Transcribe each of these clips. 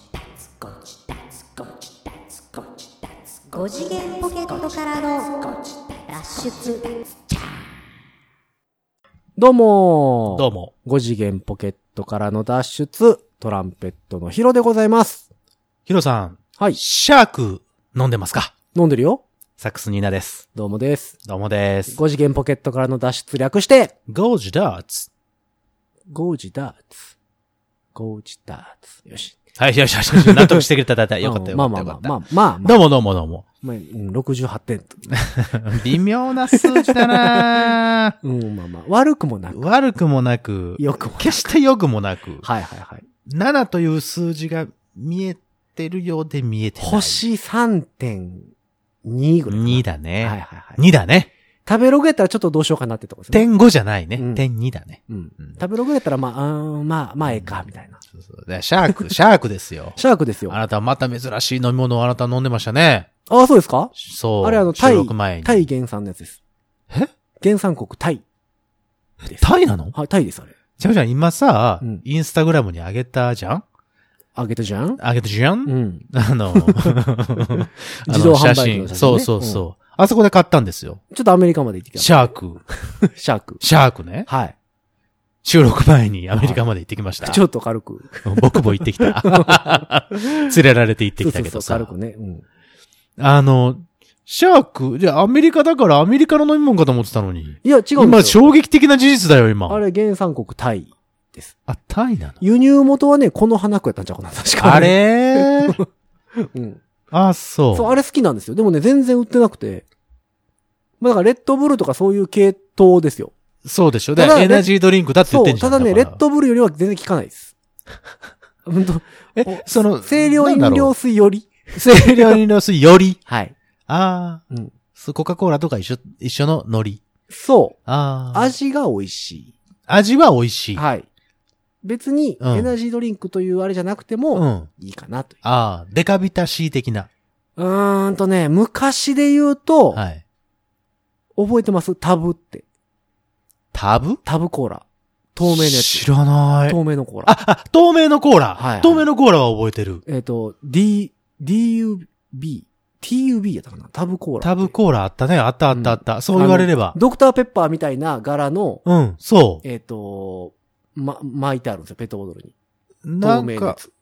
ゴチダツゴチダツゴチダツ5次元ポケットからの脱出どうもどうも。う。5次元ポケットからの脱出、トランペットのヒロでございます。ヒロさん、はい。シャーク飲んでますか飲んでるよサックスニーナです。どうもです。どうもです。 5次元ポケットからの脱出略して、ゴージダーツ。ゴージダーツ。ゴージダーツ。よし。はい、よしよしよし。納得してくれただいたよかったよまかあったまあまあよかった。まあまあ、まあどうもどうもどうも。まあうん、68点。微妙な数字だなうん、まあまあ。悪くもなく。悪くもなく、よくも。決して良くもなく、はいはいはい。 7という数字が見えてるようで見えてない。星3.2ぐらい。 2だはいはいね。はい。 2だね。食べログやったらちょっとどうしようかなってとこですね。点5じゃないね。うん点2だね。うんうん。食べログやったら、まあ、あーまあ、まあ、ええか、みたいな。そうそうでシャーク、シャークですよ。シャークですよ。ああなたまた珍しい飲み物をあなた飲んでましたね。あ、そうですかそう。あれあの、タ収イ録前、に。タイ原産のやつです。え原産国タイ。タイなのはい、タイです、あれ。ちゃうじゃん、今さ、うんインスタグラムにあげたじゃんあげたじゃんあげたじゃん、うん。 あの、自動販売機の写真ねあのそうそうそう、あそこで買ったんですよ。ちょっとアメリカまで行ってきシャーク。た。シャーク。シャークね。はい。収録前にアメリカまで行ってきました。 ちょっと軽く。僕も行ってきた。 連れられて行ってきたけどそうさ。そうそう軽くね。うん。あの、シャーク、じゃあアメリカだからアメリカの飲み物かと思ってたのに。いや、違うん今、ですよ。衝撃的な事実だよ、今。あれ、原産国タイです。あ、タイなの輸入元はね、この花子やったんちゃうかな、確か。あれーうん。 あ、そう。そう、あれ好きなんですよ。でもね、全然売ってなくて。まあ、だから、レッドブルとかそういう系統ですよ。そうでしょ。ただだからエナジードリンクだって言そってう、んじゃたん。だね、レからッドブルよりは全然効かない です。本当え、その、清涼飲なんだろ料う。水より清涼飲料水より。はい。あうあ、ん。そうコカ・コーラとか一緒、一緒の海苔。そあう。あ。味が美味し味は美味しい。い。はい。別に、うんエナジードリンクというあれじゃなくてうん。も、あいいかなという。あ、デカビタ C 的な。うーんとね、昔で言うと、はい。覚えてますタブって。タブタブコーラ。透明のやつ。知らない。透明のコーラ。あ、あ、透明のコーはラ。いはい透明のコーラは覚えてる。えっ、と、D、DUB、TUB やったかなタブコーラ。タブコーラあったね。あったあったあった。そう言われれば。ドクターペッパーみたいな柄の、うん、そう。えっ、と、ま、巻いてあるんですよ、ペットボトルに。な透ん明のやか、つ。うん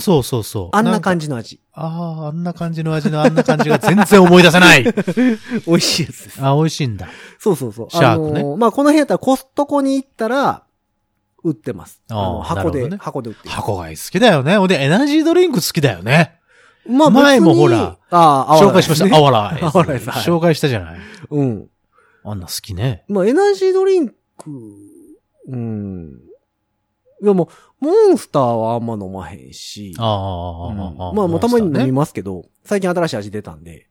そうそうそう。あんなじ。感じの味。ああ、あんな感じの味のあんな感じが全然思い出 せない。美味しいやつです。あ、美味しいんだ。そうそうそう。シャークねあのーまあ、この辺やったらコストコに行ったら、売ってます。ああーの箱なるで、ほどね箱で売ってる。箱買い好きだよね。ほんで、エナジードリンク好きだよね。ま前も別にほらああ、紹介しました。あアわワ ライズ。アワライズはい紹介したじゃない。うん。あんな好きね。まあ、エナジードリンク、うん。いやもう、モンスターはあんま飲まへんし、ああ、うんああ、まあ、もうたまに飲みまますけど、最近新しい味出たんで、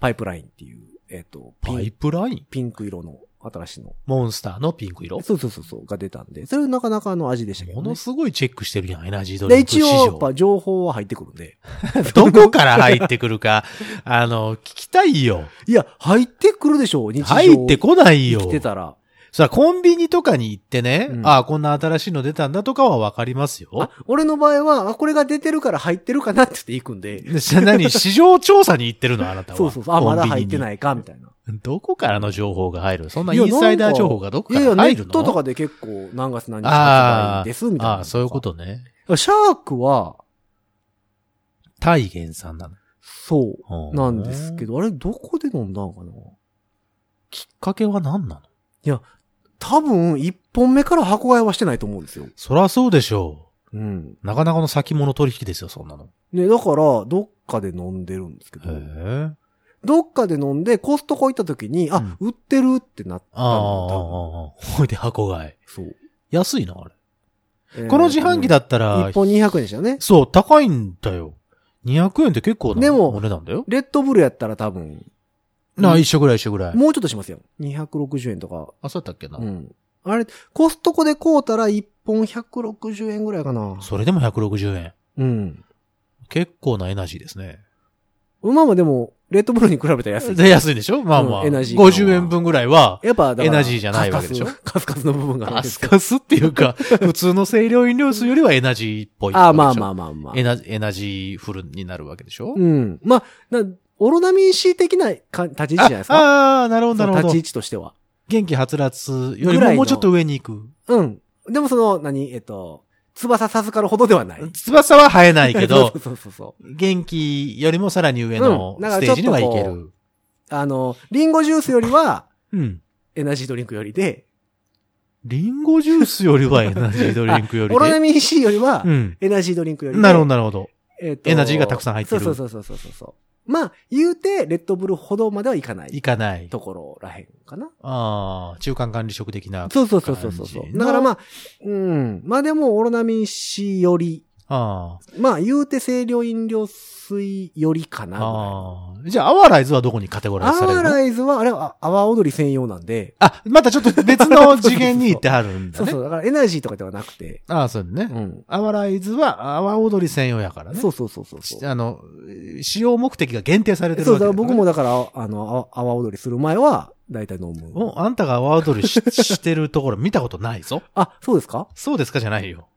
パイプラインっていう、えっ、と、パピインプラインピンク色の新しいの。モンスターのピンク色そうそうそうそう、が出たんで、それなかなかの味でしたけど、もねの。すごいチェックしてるやん、エナジードで、リンク市一応、やっ場。ぱ情報は入ってくるんで。 どこから入ってくるか、 あの、聞きたいよ。 いや、入ってくるでしょう、日常。入ってこないよ生き。てたら。さあ、コンビニとかに行ってね、うんああ、こんな新しいの出たんだとかはわかりますよあ。俺の場合は、あこれが出てるから入ってるかなって言って行くんで。でし 何市場調査に行ってるのあなたは。そうそうそう。あ、まだ入ってい。ないか、みたいな。どこからの情報が入るそんないやインサイダー情報がどこいかやいや、らネ入るのットとかで結構何月何日あ発あ売です、みたいな。ああ、そういうこ。とね。シャークは、タイ原産なその。う、なんですけど。ど、あれ、どこで飲んだのかなきっかけは何なの多分、一本目から箱買いはしてないと思うんですよ。そらそうでしょうん。う。なかなかの先物取引ですよ、そんなの。ね、だから、どっかで飲んでるんですけど、へえ。どっかで飲んで、コストコ行った時に、あ、売ってるってなったああ、ああの多分、ほいで箱買い。そう。安いな、あれ。この自販機だったら一、本200円でしたよね。そう、高いんだよ。200円って結構なでもお値段だよ。レッドブルやったら多分、な、一緒ぐらい一緒ぐらい。もうちょっとしますよ。260円とか。あ、そうだったっけなう。ん。あれ、コストコで買うたら1本160円ぐらいかな。それでも160円。うん。結構なエナジーですね。まあまあでも、レッドブルに比べたら安い。で、安いでしょまあまあ。うんエナジー感は50円分ぐらいは、やっぱだから、エナジーじゃないわけでしょカスカスカスの部分があるんカですスけど。カスってい うか、普通の清涼飲料水よりはエナジーっぽいってことでしょ。ああ、まあまあまあまあエ。ナエナジーフルになるわけでしょうん。まあ、な、オロナミン C 的なか立ち位置じゃないですか。ああー、なるほそど、なのるほ立ち位ど。置としては。元気はつらつよぐらいりものもうちょっと上に行く。うん。でもその、何、えっと、翼授かるほどではない。翼は生えないけど そ、うそうそうそう。元気よりもさらに上のうんだかスらテちょっーとジには行けこる。あの、リンゴジュースよりは、うん。エナジードリンクよりで、リンゴジュースよりはエナジードリンク よりオロナで。ミン C よりはう、ん。エナジードリンクよりで。なるほど、なるほど。えっとエナジーがたくさん入ってるそうそうそうそうそうそう。まあ、言うて、レッドブルほどまではいかない行かない。ところらへんかな。ああ、中間管理職的な。そうそうそうそうそうそ感じう。のだからまあ、うん。まあでも、オロナミン C より、あーまあ、言うて清涼飲料水よりかな。あー。じゃあ、アワーライズはどこにカテゴライズさアれワるのライズは、あれは、あ阿波踊り専用なんで、あ、またちょっと別の次元に行ってはるんだそうねそ。う、だからエナジーとかではなくて、ああ、そうだねう。ん。アワライズは、アワ踊り専用やからね。そうそうそうそうそう。あの、使用目的が限定されてるそうわけだ、だからからね僕もだから、あの、あ阿波踊りする前は、だいたい飲む。お、あんたがアワ踊りししてるところ見たことないぞ。あ、そうですかそうですかじゃないよ。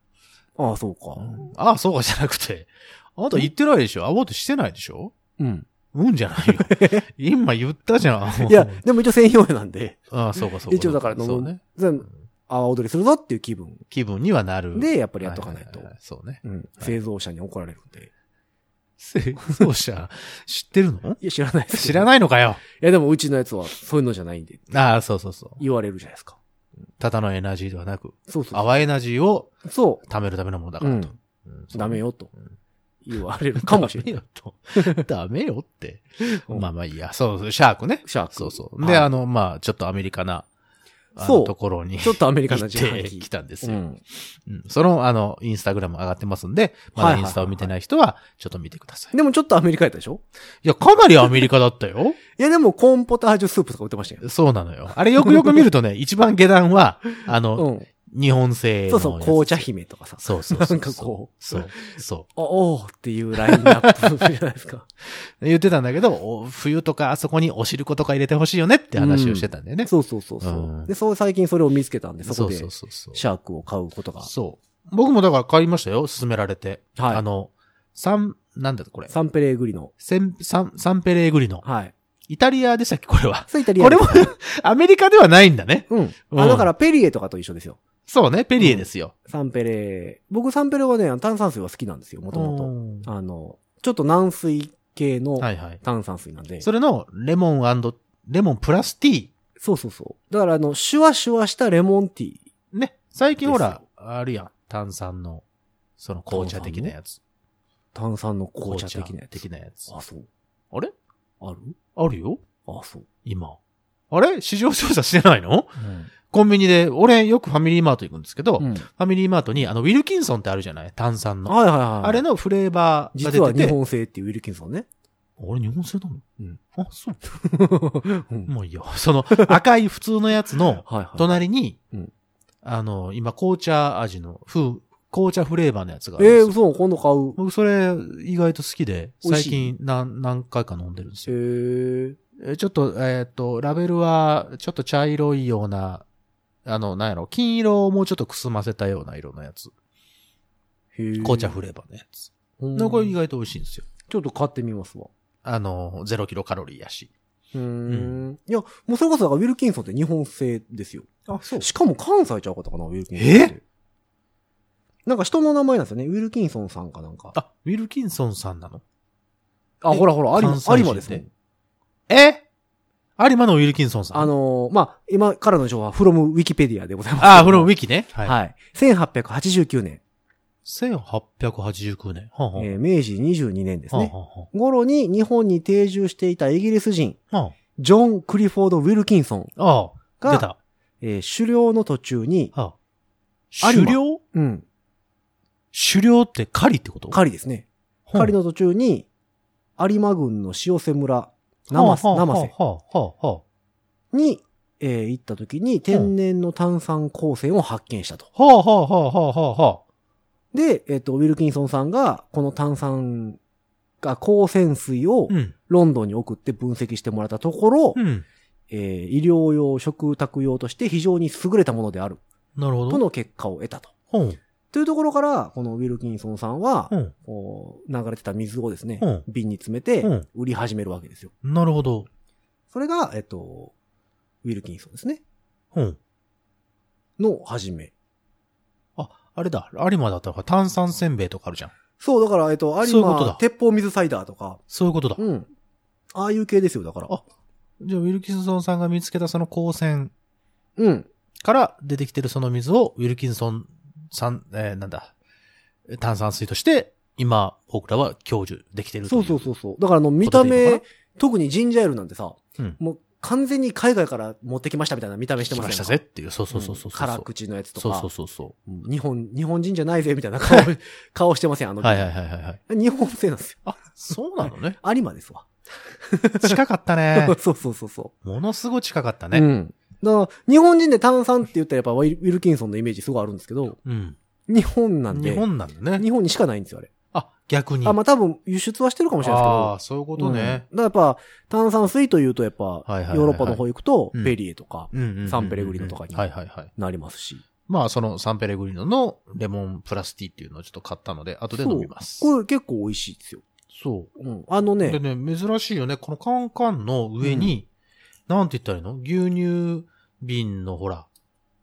ああ、そうか。ああ、そうかじゃなくて。あなた言ってないでしょアワ踊りしてないでしょうん。うんじゃないよ。 今言ったじゃん。いや、でも一応専用なんで、ああ、そうかそうか。一応だから飲むそうね。全阿波踊りするぞっていう気分気分にはなる。で、やっぱりやっとかないとはは。はそうね。うん。製造者に怒られるんで。清掃者、知ってるの いや、知らないです。知らい。ないのかよ。いや、でもうちのやつは、そういうのじゃないんで、ああ、そうそうそう。言われるじゃないですか。ただのエナジーではなく、そうそう泡エナジーをそう。そ貯めるためのものだかう。うらんと。。うんダメ。よ、とうん。言われるかもしれない。ない。ダメよって。うんまあまあいいや。そうそう、シャークね。シャーク。 そうそう。で、はいあの、まあ、ちょっとアメリカな、あそのうところにちょっとアメリカ行のっ自販て機き。たんですうよ。ん。うんその、あの、インスタグラム上がってますんで、まはいはいだはいインスタを見てない人は、ちょっと見てください。でもちょっとアメリカやったでしょいや、かなりアメリカだったよ。いや、でもコーンポタージュスープとか売ってましたよ。そうなのよ。あれよくよく見 るとね、一番下段は、あの、うん。日本製そのうそう、やつ紅茶姫とかさ。そうそうそなう。んかこうそう、そう。おおーっていうラインナップじゃないです か。言ってたんだけど、お冬とかあそこにお汁粉とか入れてほしいよねって話をしてたんだよね。。そうそうそうそううんで、そう、最近それを見つけたんで、そそこうで、そシうそうそう。ャークを買うことが。そう。僕もだから買いましたよ、勧められて。はいあの、サン、なんだこれ。サンペレーグリの。セン、サン、サンペレーグリの。はい。イタリアでしたっけこ れは。そうイタリア。これも、アメリカではないんだね。うん。うあ、んだからペリエとかと一緒ですよ。そうね、ペリエですよ。サンペレー。僕サンペレーはね、炭酸水は好きなんですよ、もともうんと。あの、ちょっと軟水系のはいはい。炭酸水なんで。それの、レモンレモンプラスティー。そうそうそう。だからあの、シュワシュワしたレモンティー。ね。最近ほらで、あるやん。炭酸の、その紅茶的なやつ。炭酸の紅茶的なやつ。的なやつ。あ、そう。あれあるあるよあ、そう。今。あれ市場調査してないのうん。コンビニで、俺よくファミリーマート行くんですけど、うんファミリーマートに、あの、ウィルキンソンってあるじゃない炭酸の。はいはいはい。あれのフレーバーが実は出て日て。本製っていうウィルキンソンね。あれ日本製なのうん。あ、そう。うんもういいよ。その、赤い普通のやつの、 はいはい。隣に、うんあの、今、紅茶味の、風、紅茶フレーバーのやつがあるんでええすよー、嘘、今度買う。僕それ意外と好きで、美味最しい近何何回か飲んでるんですへえよ。えちょっと、えーっ、と、ラベルはちょっと茶色いような、あの、なんやろ、金色をもうちょっとくすませたような色のやつ。ー。紅茶フレーバーのやつ。うん。でこれ意外と美味しいんですよ。ちょっと買ってみますわ。あの、0キロカロリーやし。うーん。いや、もうそれこそだからウィルキンソンって日本製ですよ。あ、そしかも関西ちゃうかったかな、ウィルキンソンって。なんか人の名前なんですよね。ウィルキンソンさんかなんか。あ、ウィルキンソンさんなのあ、えほらほら、有関西人馬、有馬ですっねて。え有馬のウィルキンソンさん。あ、のー、まあ、今からの情報は、フロムウィキペディアでございます。あ、フロムウィキね。ははい。1889年、 1889年。はあはあえー明治22年ですね。はあは頃に日本に定住していたイギリス人、あはジョン・クリフォード・ウィルキンソンあああ、出た。が、はえー狩猟の途中に、あ。有狩馬猟うん、狩猟って狩りってこと狩りですね。狩りのの途中に、有馬郡の塩瀬村、生瀬、生瀬はあはあはに、えー行った時に天然の炭酸鉱泉を発見したと。あはあはあはあはあはあはあ。で、えっ、と、ウィルキンソンさんが、この炭酸が光線水をうん。ロンドンに送って分析してもらったところ、うん。えー医療用、食卓用として非常に優れたものであるなるほとど。の結果を得たと。ほう。というところから、このウィルキンソンさんは、ほう。こう流れてた水をですね、うん瓶に詰めてうん売り始めるわけですよ。なるほど。それが、えっと、ウィルキンソンですね。ほう。の始め。あれだ。有馬だったら炭酸せんべいとかあるじゃん。そう、だから、えっと、そ有ういうこと馬だ、鉄砲水サイダーとか、そういうことだ。うん。ああいう系ですよ、だから。あじゃあ、ウィルキンソンさんが見つけたその光線うん。から出てきてるその水を、ウィルキンソンさん、えーなんだ、炭酸水として、今、僕らは享受できてるとそいうそうそうそう。だから、あの、見たことでいいの目か、特にジンジャーエールなんてさ、うんもう完全に海外から持ってきましたみたいな見た目して来まましせたんぜっていう、そうそうそうそう。ん辛。口のやつとそうかそうそうそうん日本、日本人じゃないぜ、みたいな顔、顔してません、あう。の、はいはいはいはいはい。日本製なんですよ。あ、そうなのね。有馬ですわ。 近かったね 。そうそうそうそう。ものすごい近かったうね。ん。だから、日本人で炭酸って言ったらやっぱウィルウィルキンソンのイメージすごいあるんですけど、うん。日本なんで、日本なんだね。日本にしかないんですよ、あれ。あ、逆に。あ、まあ、多分輸出はしてるかもしれないあでーそういうこすけど。とね。うんだからやっぱ、炭酸水というとやっぱ、いはいはいはいヨーロッパの方行くと、うんペリエとか、うんうんうんうんサンペレグリノとかにはいはいはい。なりますし。まあ、そのサンペレグリノのレモンプラスティーっていうのをちょっと買ったので、後で飲みます。これ結構美味しいですよ。そうん。あのう。でね、ね、珍しいよね。このカンカンの上に、なんて言ったらいいの牛乳瓶のほら、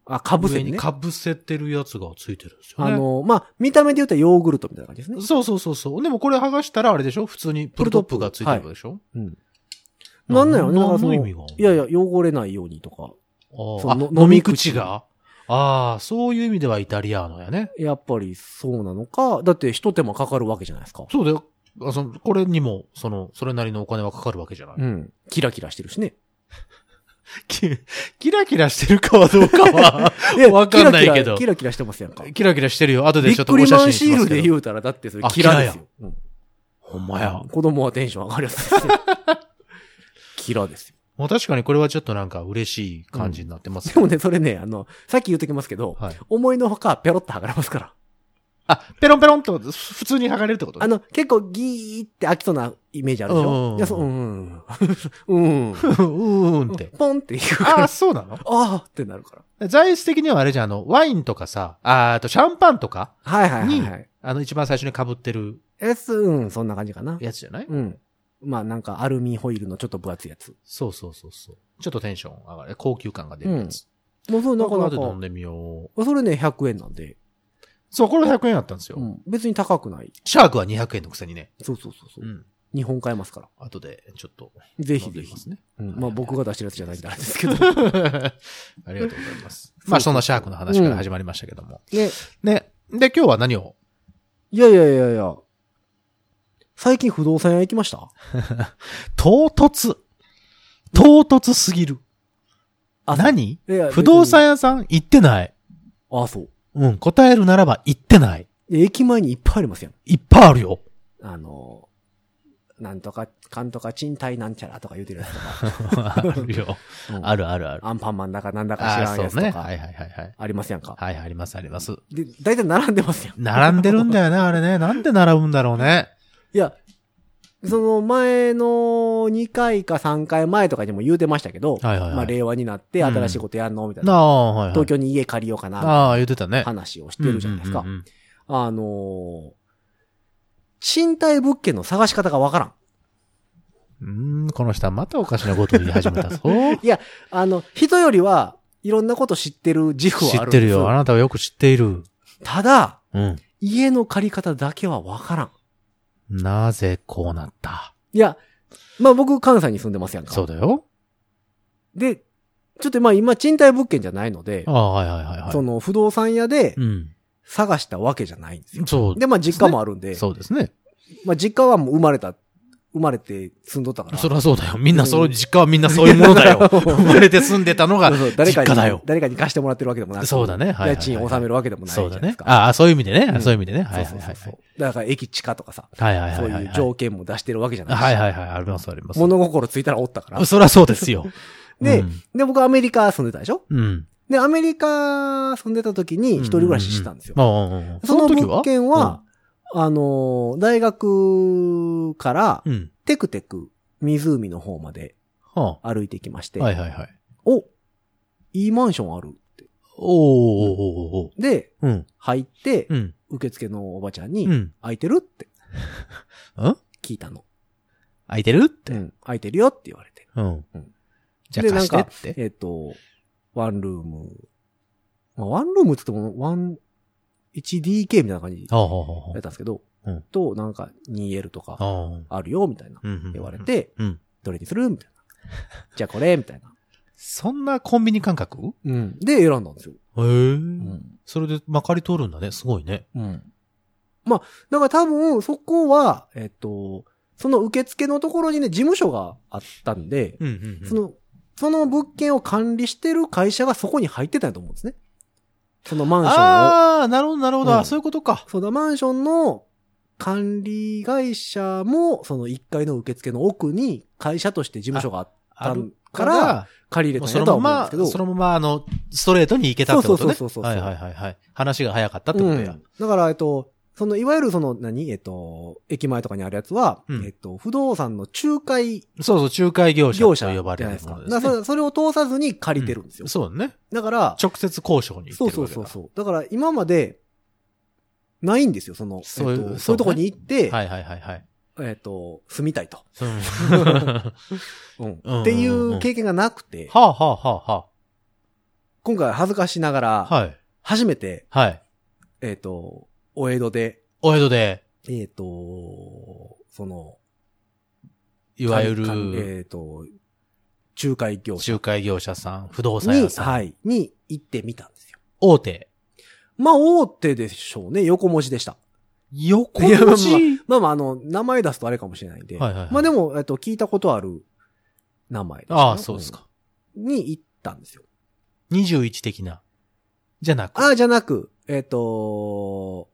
あ、かぶせ上てにね。かぶせてるやつがついてるんですよあね。の、まあ、見た目で言ったらヨーグルトみたいな感じですね。そうそうそうそう。でもこれ剥がしたらあれでしょ普通にプルトップがついてるでしょ、うん。なんなんやろね、だから何その、の意い味がやいや、汚れないようにとか、あーそのあ飲飲みみ口口がああ、そういう意味ではイタリアーノやね。やっぱりそうなのか、だって一手間かかるわけじゃないですか。そうだよ。あそのこれにも、その、それなりのお金はかかるわけじゃない。うん。キラキラしてるし ね。きキラキラしてるかはどうか はいやわかんないけどキラキラキラキラしてますやんか。キラキラしてるよ。後ビでちッょっとおク写リマ真ンしシまーすルけどで言うたら、だってそれあキラですよ。うんほんまや。子供はテンション上がるやつですよ。 キラですよ。もう確かにこれはちょっとなんか嬉しい感じになってますでよ、もね、それね、あの、さっき言っときますけど、はい。思いのほかペロッと剥がれますから。あ、ペロンペロンと普通に剥がれるってことあの、結構ギーって飽きそうなイメージあるでしうんょいや、そう、うんうん。うん。うーんって。 ポンって言うから、あああ、 そうなのあーってなるから。材質的にはあれじゃん、あの、ワインとかさ、あーあとシャンパンとか、はいはいはい、はい。あの、一番最初に被ってるえ、すうん、そんな感じかな。やつじゃないうん。まあなんかアルミホイルのちょっと分厚いやつ。そうそうそうそう。ちょっとテンション上がる。高級感が出るやつ。もうそれなこかなれ後で飲んか。でみよう。それね、100円なんで。そう、これ100円あったんですよ。うん。別に高くない。シャークは200円のくせにね。そうそうそう。うう。ん日本買えますから。後で、ちょっと。ぜひぜ飲んでみひま。すね。 うんまあ僕が出してるやつじゃないんであれです けど。ありがとうござい ます。まあ、そんなシャークの話から始まりましたけども。ね。ね。で、今日は何をいやいやいやいや。最近不動産屋行きました唐突。唐突すぎる。あ何いや不動産屋さん行ってない。ああ、そう。うん、答えるならば行ってない。で駅前にいっぱいありますやん。いっぱいあるよ。あの、なんとか、かんとか賃貸なんちゃらとか言うてるやつとか。あるよ。 うん あるあるある。アンパンマンだかなんだか知あらんーやつそうね。とはか。いはいはいはい。ありますやんか。はい、ありますあります。で、大体並んでますやん。並んでるん だよね、あれね。なんで並ぶんだろうね。いや、その前の2回か3回前とかにも言うてましたけど、はいはいはいまあ令和になって新しいことやんのみたいなな、あ、はい、はい。東京に家借りようかな、ああ、言ってたね。話をしてるじゃないですか。うんうんうんうんあのー賃貸物件の探し方がわからん。うーん、この人はまたおかしなことを言い始め たぞ。あの、人よりはいろんなこと知ってる自負は知あっるんてでするよ。あなたはよく知っている。ただ、うん。家の借り方だけはわからん。なぜこうなったいや、まあ僕関西に住んでますやんか。そうだよ。で、ちょっとまあ今賃貸物件じゃないのであ、あ、はいはいはいはい。その不動産屋でうん。探したわけじゃないんですよ。そう。で、まあ実家もあるんで、そうですね。まあ実家はもう生まれた、生まれて住んどったから。そりゃそうだよ。みんな、そう、実家はみんなそういうもの だよ。生まれて住んでたのがそうそう実家だよ。誰かに貸してもらってるわけでもなくそうだね。はいはいはい。家賃を納めるわけでもないじゃなそういだでねす。か。ああ、そういう意味でね。うんそういう意味でね。はそういそはういそはうい。そう。だから駅地下とかさ、はいはいはいそうはいはい。いう条件も出してるわけじゃない。はいはいいはい。ありますあります。物心ついたらおったから。そりゃそうですよ。 でうん、で、僕アメリカ住んでたでしょうん。で、アメリカ住んでた時に一人暮らししてたんですよ。うんうんうんうん。その物件は、あのー、大学から、うん。テクテク、湖の方までは歩いてきまして、あ。はいはいはい。おいいマンションあるって。おーおーおーおーで、うん。入って、うん。受付のおばちゃんに、うん。空いてるってん聞いたの。空いてるって。うん空いてるよって言われて。うんうん。じゃであ貸してなんかって。えっ、と、ワンルーム。まあ、ワンルームって言っても、ワン、1DK みたいな感じだっああ、ああたんですけど、うんと、なんか 2L とああかああ。あるよ、みたいな。うんうん。言われ。て、うん。どれにするみたい な。じゃあこれみたいな。そんなコンビニ感覚へうん。で、選んだんですよ。え。うん。それでまかり通るんだね。すごいね。うん。まあ、だから多分、そこは、えっ、と、その受付のところにね、事務所があったんで、うんうんうん。その、その物件を管理してる会社がそこに入ってたんやと思うんですね。そのマンションを。ああ、なるほど、なるほど。うんあそういうことか。そのマンションの管理会社も、その1階の受付の奥に会社として事務所があったあんるか、からら、借り入もれたうそんやとはの思うんまですけど。ま、そのまま、あの、ストレートに行けたってことね。そうそうそうそうそうはいはいはいはい。話が早かったってことや。うん、だから、えっと、その、いわゆるその、何えっと、駅前とかにあるやつは、うんえっと、不動産の仲介そうそう、仲介業者業者とじゃ呼ないばれるですか。ものだかですらそね。れそれを通さずに借りてるんですよ。そうね。だから、直接交渉に行ってるそうそうそうそう。だから、今まで、ないんですよ、その、そういうえっとそそうういねうとこに行って、はいはいはいはい。えっと、住みたいと。うん はうんうんっていう経験がなくて、あはあはあは今回恥ずかしながあ。ら、はい。初めて、はい。えっと、お江戸で、お江戸で、えっと、その、いわゆかんる、えっと、仲介業者仲介業者さん、不動産に、屋さん、はい、に行ってみたんですよ。大手。まあ、大手でしょうね。横文字でした。横いやまあ文字まあまあ、あの、名前出すとあれかもしれないんで。はいはいはいまあでも、えっと、聞いたことある名前でしたねああ、そうです。か。うんに行ったんですよ。 21的な。じゃなく、ああ、じゃなく、えっと、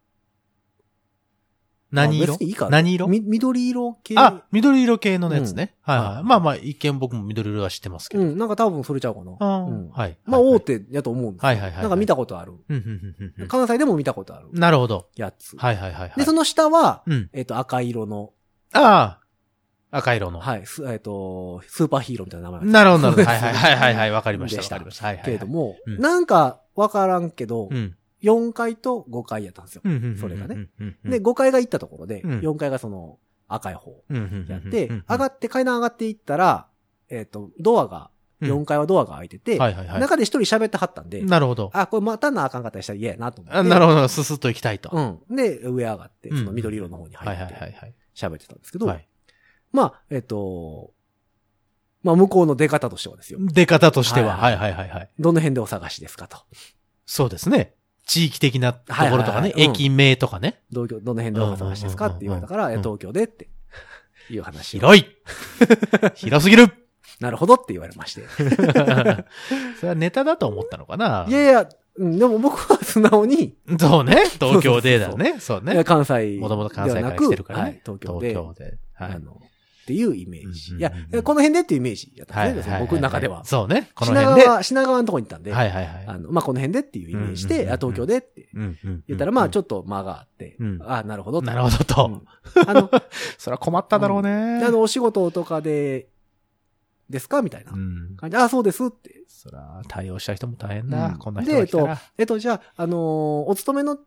何まあ色別にいいか何色み緑色系。あ、緑色系のやつね。はいははいい。まあまあ、一見僕も緑色は知ってますけうど。ん、なんか多分それちゃうかな。あーうんはい。まあ、はい大。手やと思うんですよはいはいはいはいなんか見たことある。うんうんうんうん関西でも見たことあるうんなるほど。やつ。はいはいはいはい。で、その下は、うん。えっと、赤色の、ああ、赤色の。はい、すえっと、スーパーヒーローみたいな名前なるほど、なるほど。そはういですはいはいはいはい。わかりました。でわしたかりました。はいはい。けれども、うんなんかわからんけど、うん。 4階と5階やったんですよ。うん。うん。それがねうん。うんうんで、、5階が行ったところで、うん4階がその赤い方うんうんうんやって、上がっって、階段上がっていったら、えっ、と、ドアが、4階はドアが開いてて、はいはいはい。中で一人喋ってはったんで、なるほど。あ、これまたなあかんかったりしたら嫌やなと思って。あなるほど。すすっと行きたいと。はうん。で、上上がって、うんその緑色の方にいは入いはっいはて、い。喋ってたんですけど、はい。まあ、えっ、と、まあ、向こうの出方としてはですよ。出方としては、ははいはいはいはい。どの辺でお探しですかと。そうですね。地域的なところとかはいはいね。はいうん駅名とかね。同居、どの辺でお探しですかって言われたから、うんえうんうんうん東京でって、 いう話を。広い 広すぎる なるほどって言われまして。それはネタだと思ったのかないやいや、うんでも僕は素直に、そうね。東京でだね。そういやね。関西もともと関で西はなからく、来てるからはね。い東京で、東京で。はいあの、っていうイメージ。うんいうんうやんうん、この辺でっていうイメージだったはんいですはね、い。僕の中では。そうね。この品辺で。は川、品川のとこに行ったんで、いはいはあい。の、まあ、この辺でっていうイメージで、うんうんうんうんあ東京でってうんうん言ったら、まあ、ちょょっっと間があってうん、あなるほどって。なるほどうと。んあの、それは困っただろうね。であの、お仕事とかで、ですかみたいなうん。感じで。あ、そうですって。そら、対応した人も大変うだん。こんな人が来たでら。えっと、じゃあ、あのーお勤めの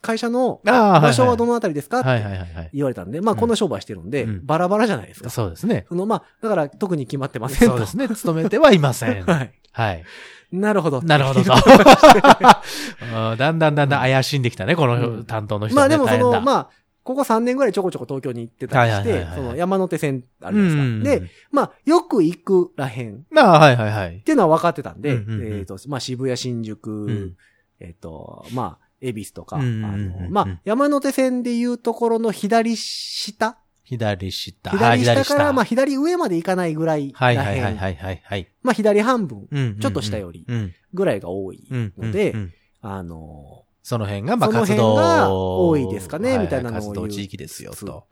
会社のああ、場所はどののあたりですかはいっはいてはいはい。言われたんで、まあ、うんこんな商売してるんで、うんバラバラじゃないですか。そうですね。その、まあ、だから、特に決まってませんと。。そうですね。勤めてはいません はい。はい。なるほど。なる ほどと。ま うんだんだんだんだん怪しんできたね、こうのん担当の人あ、ね。でも、そ大変だの、まあ、ここ3年ぐらいちょこちょこ東京に行ってたりしはいてはいはいは、いその山手線あるうじゃんないですか。で、、まあ、よく行くらへんっまあ、はいはいはい。ていうのは分かってたんで、うんうんうんえっと、まあ、渋谷、新宿、うんえっと、まあ、恵比寿とか、あうんうんうんうんの、まあ、山手線でいうところの左下左下。はい左下から、まあ、はい左上まで行かないぐらいらはへいん。はいはいはいはい。まあ、左半分うんうんうんちょっと下よりうんぐらいが多いうんので、うんうんあの、その辺が、まあ、その活辺動が多いですかねははみたいなのを言う活動地域ですよ、と。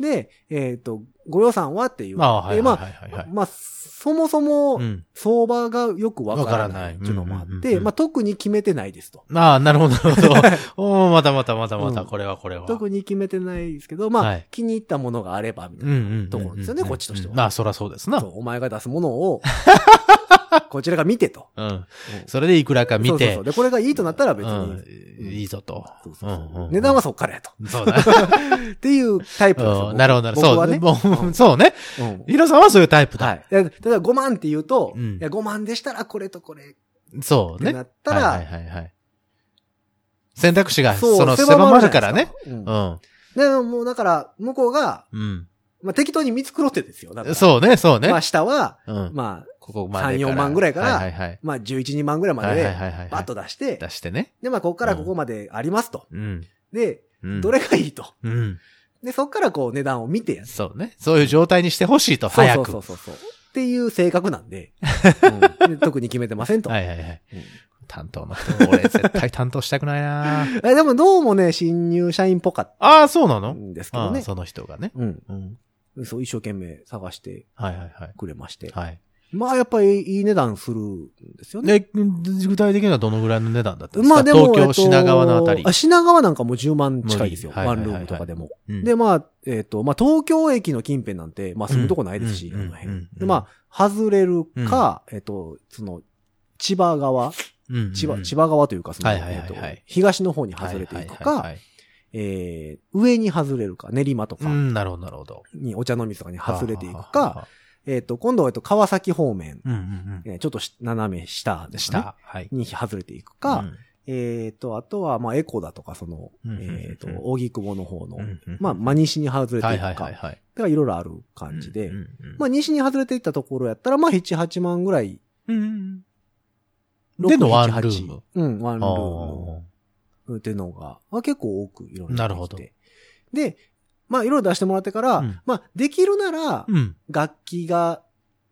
で、えっ、と、ご予算はっていう。まあ、はいではまいあはいはいはい。まあ、そもそもう、ん。相場がよくわからわからなないいっていうのもあうんっうんうんて、うんまあ、特に決めてないですと。ああ、なるほど、なるほど。 おおまたまたまたまた、うんこれはこれは。特に決めてないですけど、まあ、はい気に入ったものがあれば、みたいうんな。うんうんうん。ところですよねこっちとしてはうんまあ、そらそうですなそ。うお前が出すもの を、こちらが見てと。うん。うんそれでいくらか見そうそうてそう。、で、これがいいとなったら別に。うん、いいぞと。そうそうそううんうん値段 はそっからやと。そうだ。っていうタイプですうよ。んなるほど、なるほど。僕そはうね。ね。もう、そうね。うんヒロさんはそういうタイプだ。はい。だから例えば5万って言うと、うんいや5万でしたらこれとこれっそうてね。なったら、はいはいはいはい。選択肢が、そうその、狭まるからね。。狭まるじゃうないですん。かうん。でももうだから、向こうが、うん。まあ、適当に見繕ってですよ。だからそうね、そうね。まあ下は、うん。まあ、ここまでから。 3 4万ぐらいからはいはいはい。まあ11、2万ぐらいまはでいはでい、はいはい。バッと出して、出してね。で、まあここからここまでありますと。うん。で、うんどれがいいと。うん。で、そっからこう値段を見てやる。そうね。そういう状態にしてほしいと、そう早そうく。そうそうそう。っていう性格なんで、うんで 特に決めてませんと。はいはいはいうん。担当の人、俺絶対担当したくないなえでもどうもね、新入社員っぽかっああ、そうなたのんですけあどあ、ね。その人がね。うん。うん。そう、一生懸命探してはいはいはい。くれまして。はい。まあ、やっぱりいい値段するんですよね。で、具体的にはどのぐらいの値段だったんですか、まあでも、東えっ京と品川のあたり。品川なんかもう10万近いですよ。無理ワンはいはいルはーいはいムとかでも。うんで、まあ、えっと、まあ、東京駅の近辺なんて、まあ、住むとこないですし、うあんの辺うんうんうんで、まあ、外れるか、えっと、その、千葉側、うんうん千葉、千葉側というか、その、はいはいはいえっとはい東の方に外れていくはいはいはか、いえー上に外れるか、練馬とうかん、なるほど、なるほど。に、お茶飲みとかに外れていくはあはあか、はあ、えっと、今度はえっと川崎方面、うんうんえーちょっとし斜め下うん。ですかね下、はい。に外れていくか、うんえっ、と、あとは、まあ、エコだとか、その、うんえっ、とうん、荻窪の方の、うんうんまあ、真西に外れていくか、はといはいはいはい。かいろいろある感じで、うんうんうんまあ、西に外れていったところやったら、まあ、7、8万ぐらい、うん6でのワンルーム。 7 8うん、ワンうルん。ーあムっていうのが、まあ、結構多くいろいろ出てきてなるほどで、まあ、いろいろ出してもらってから、うんまあ、できるならー、うん。楽器が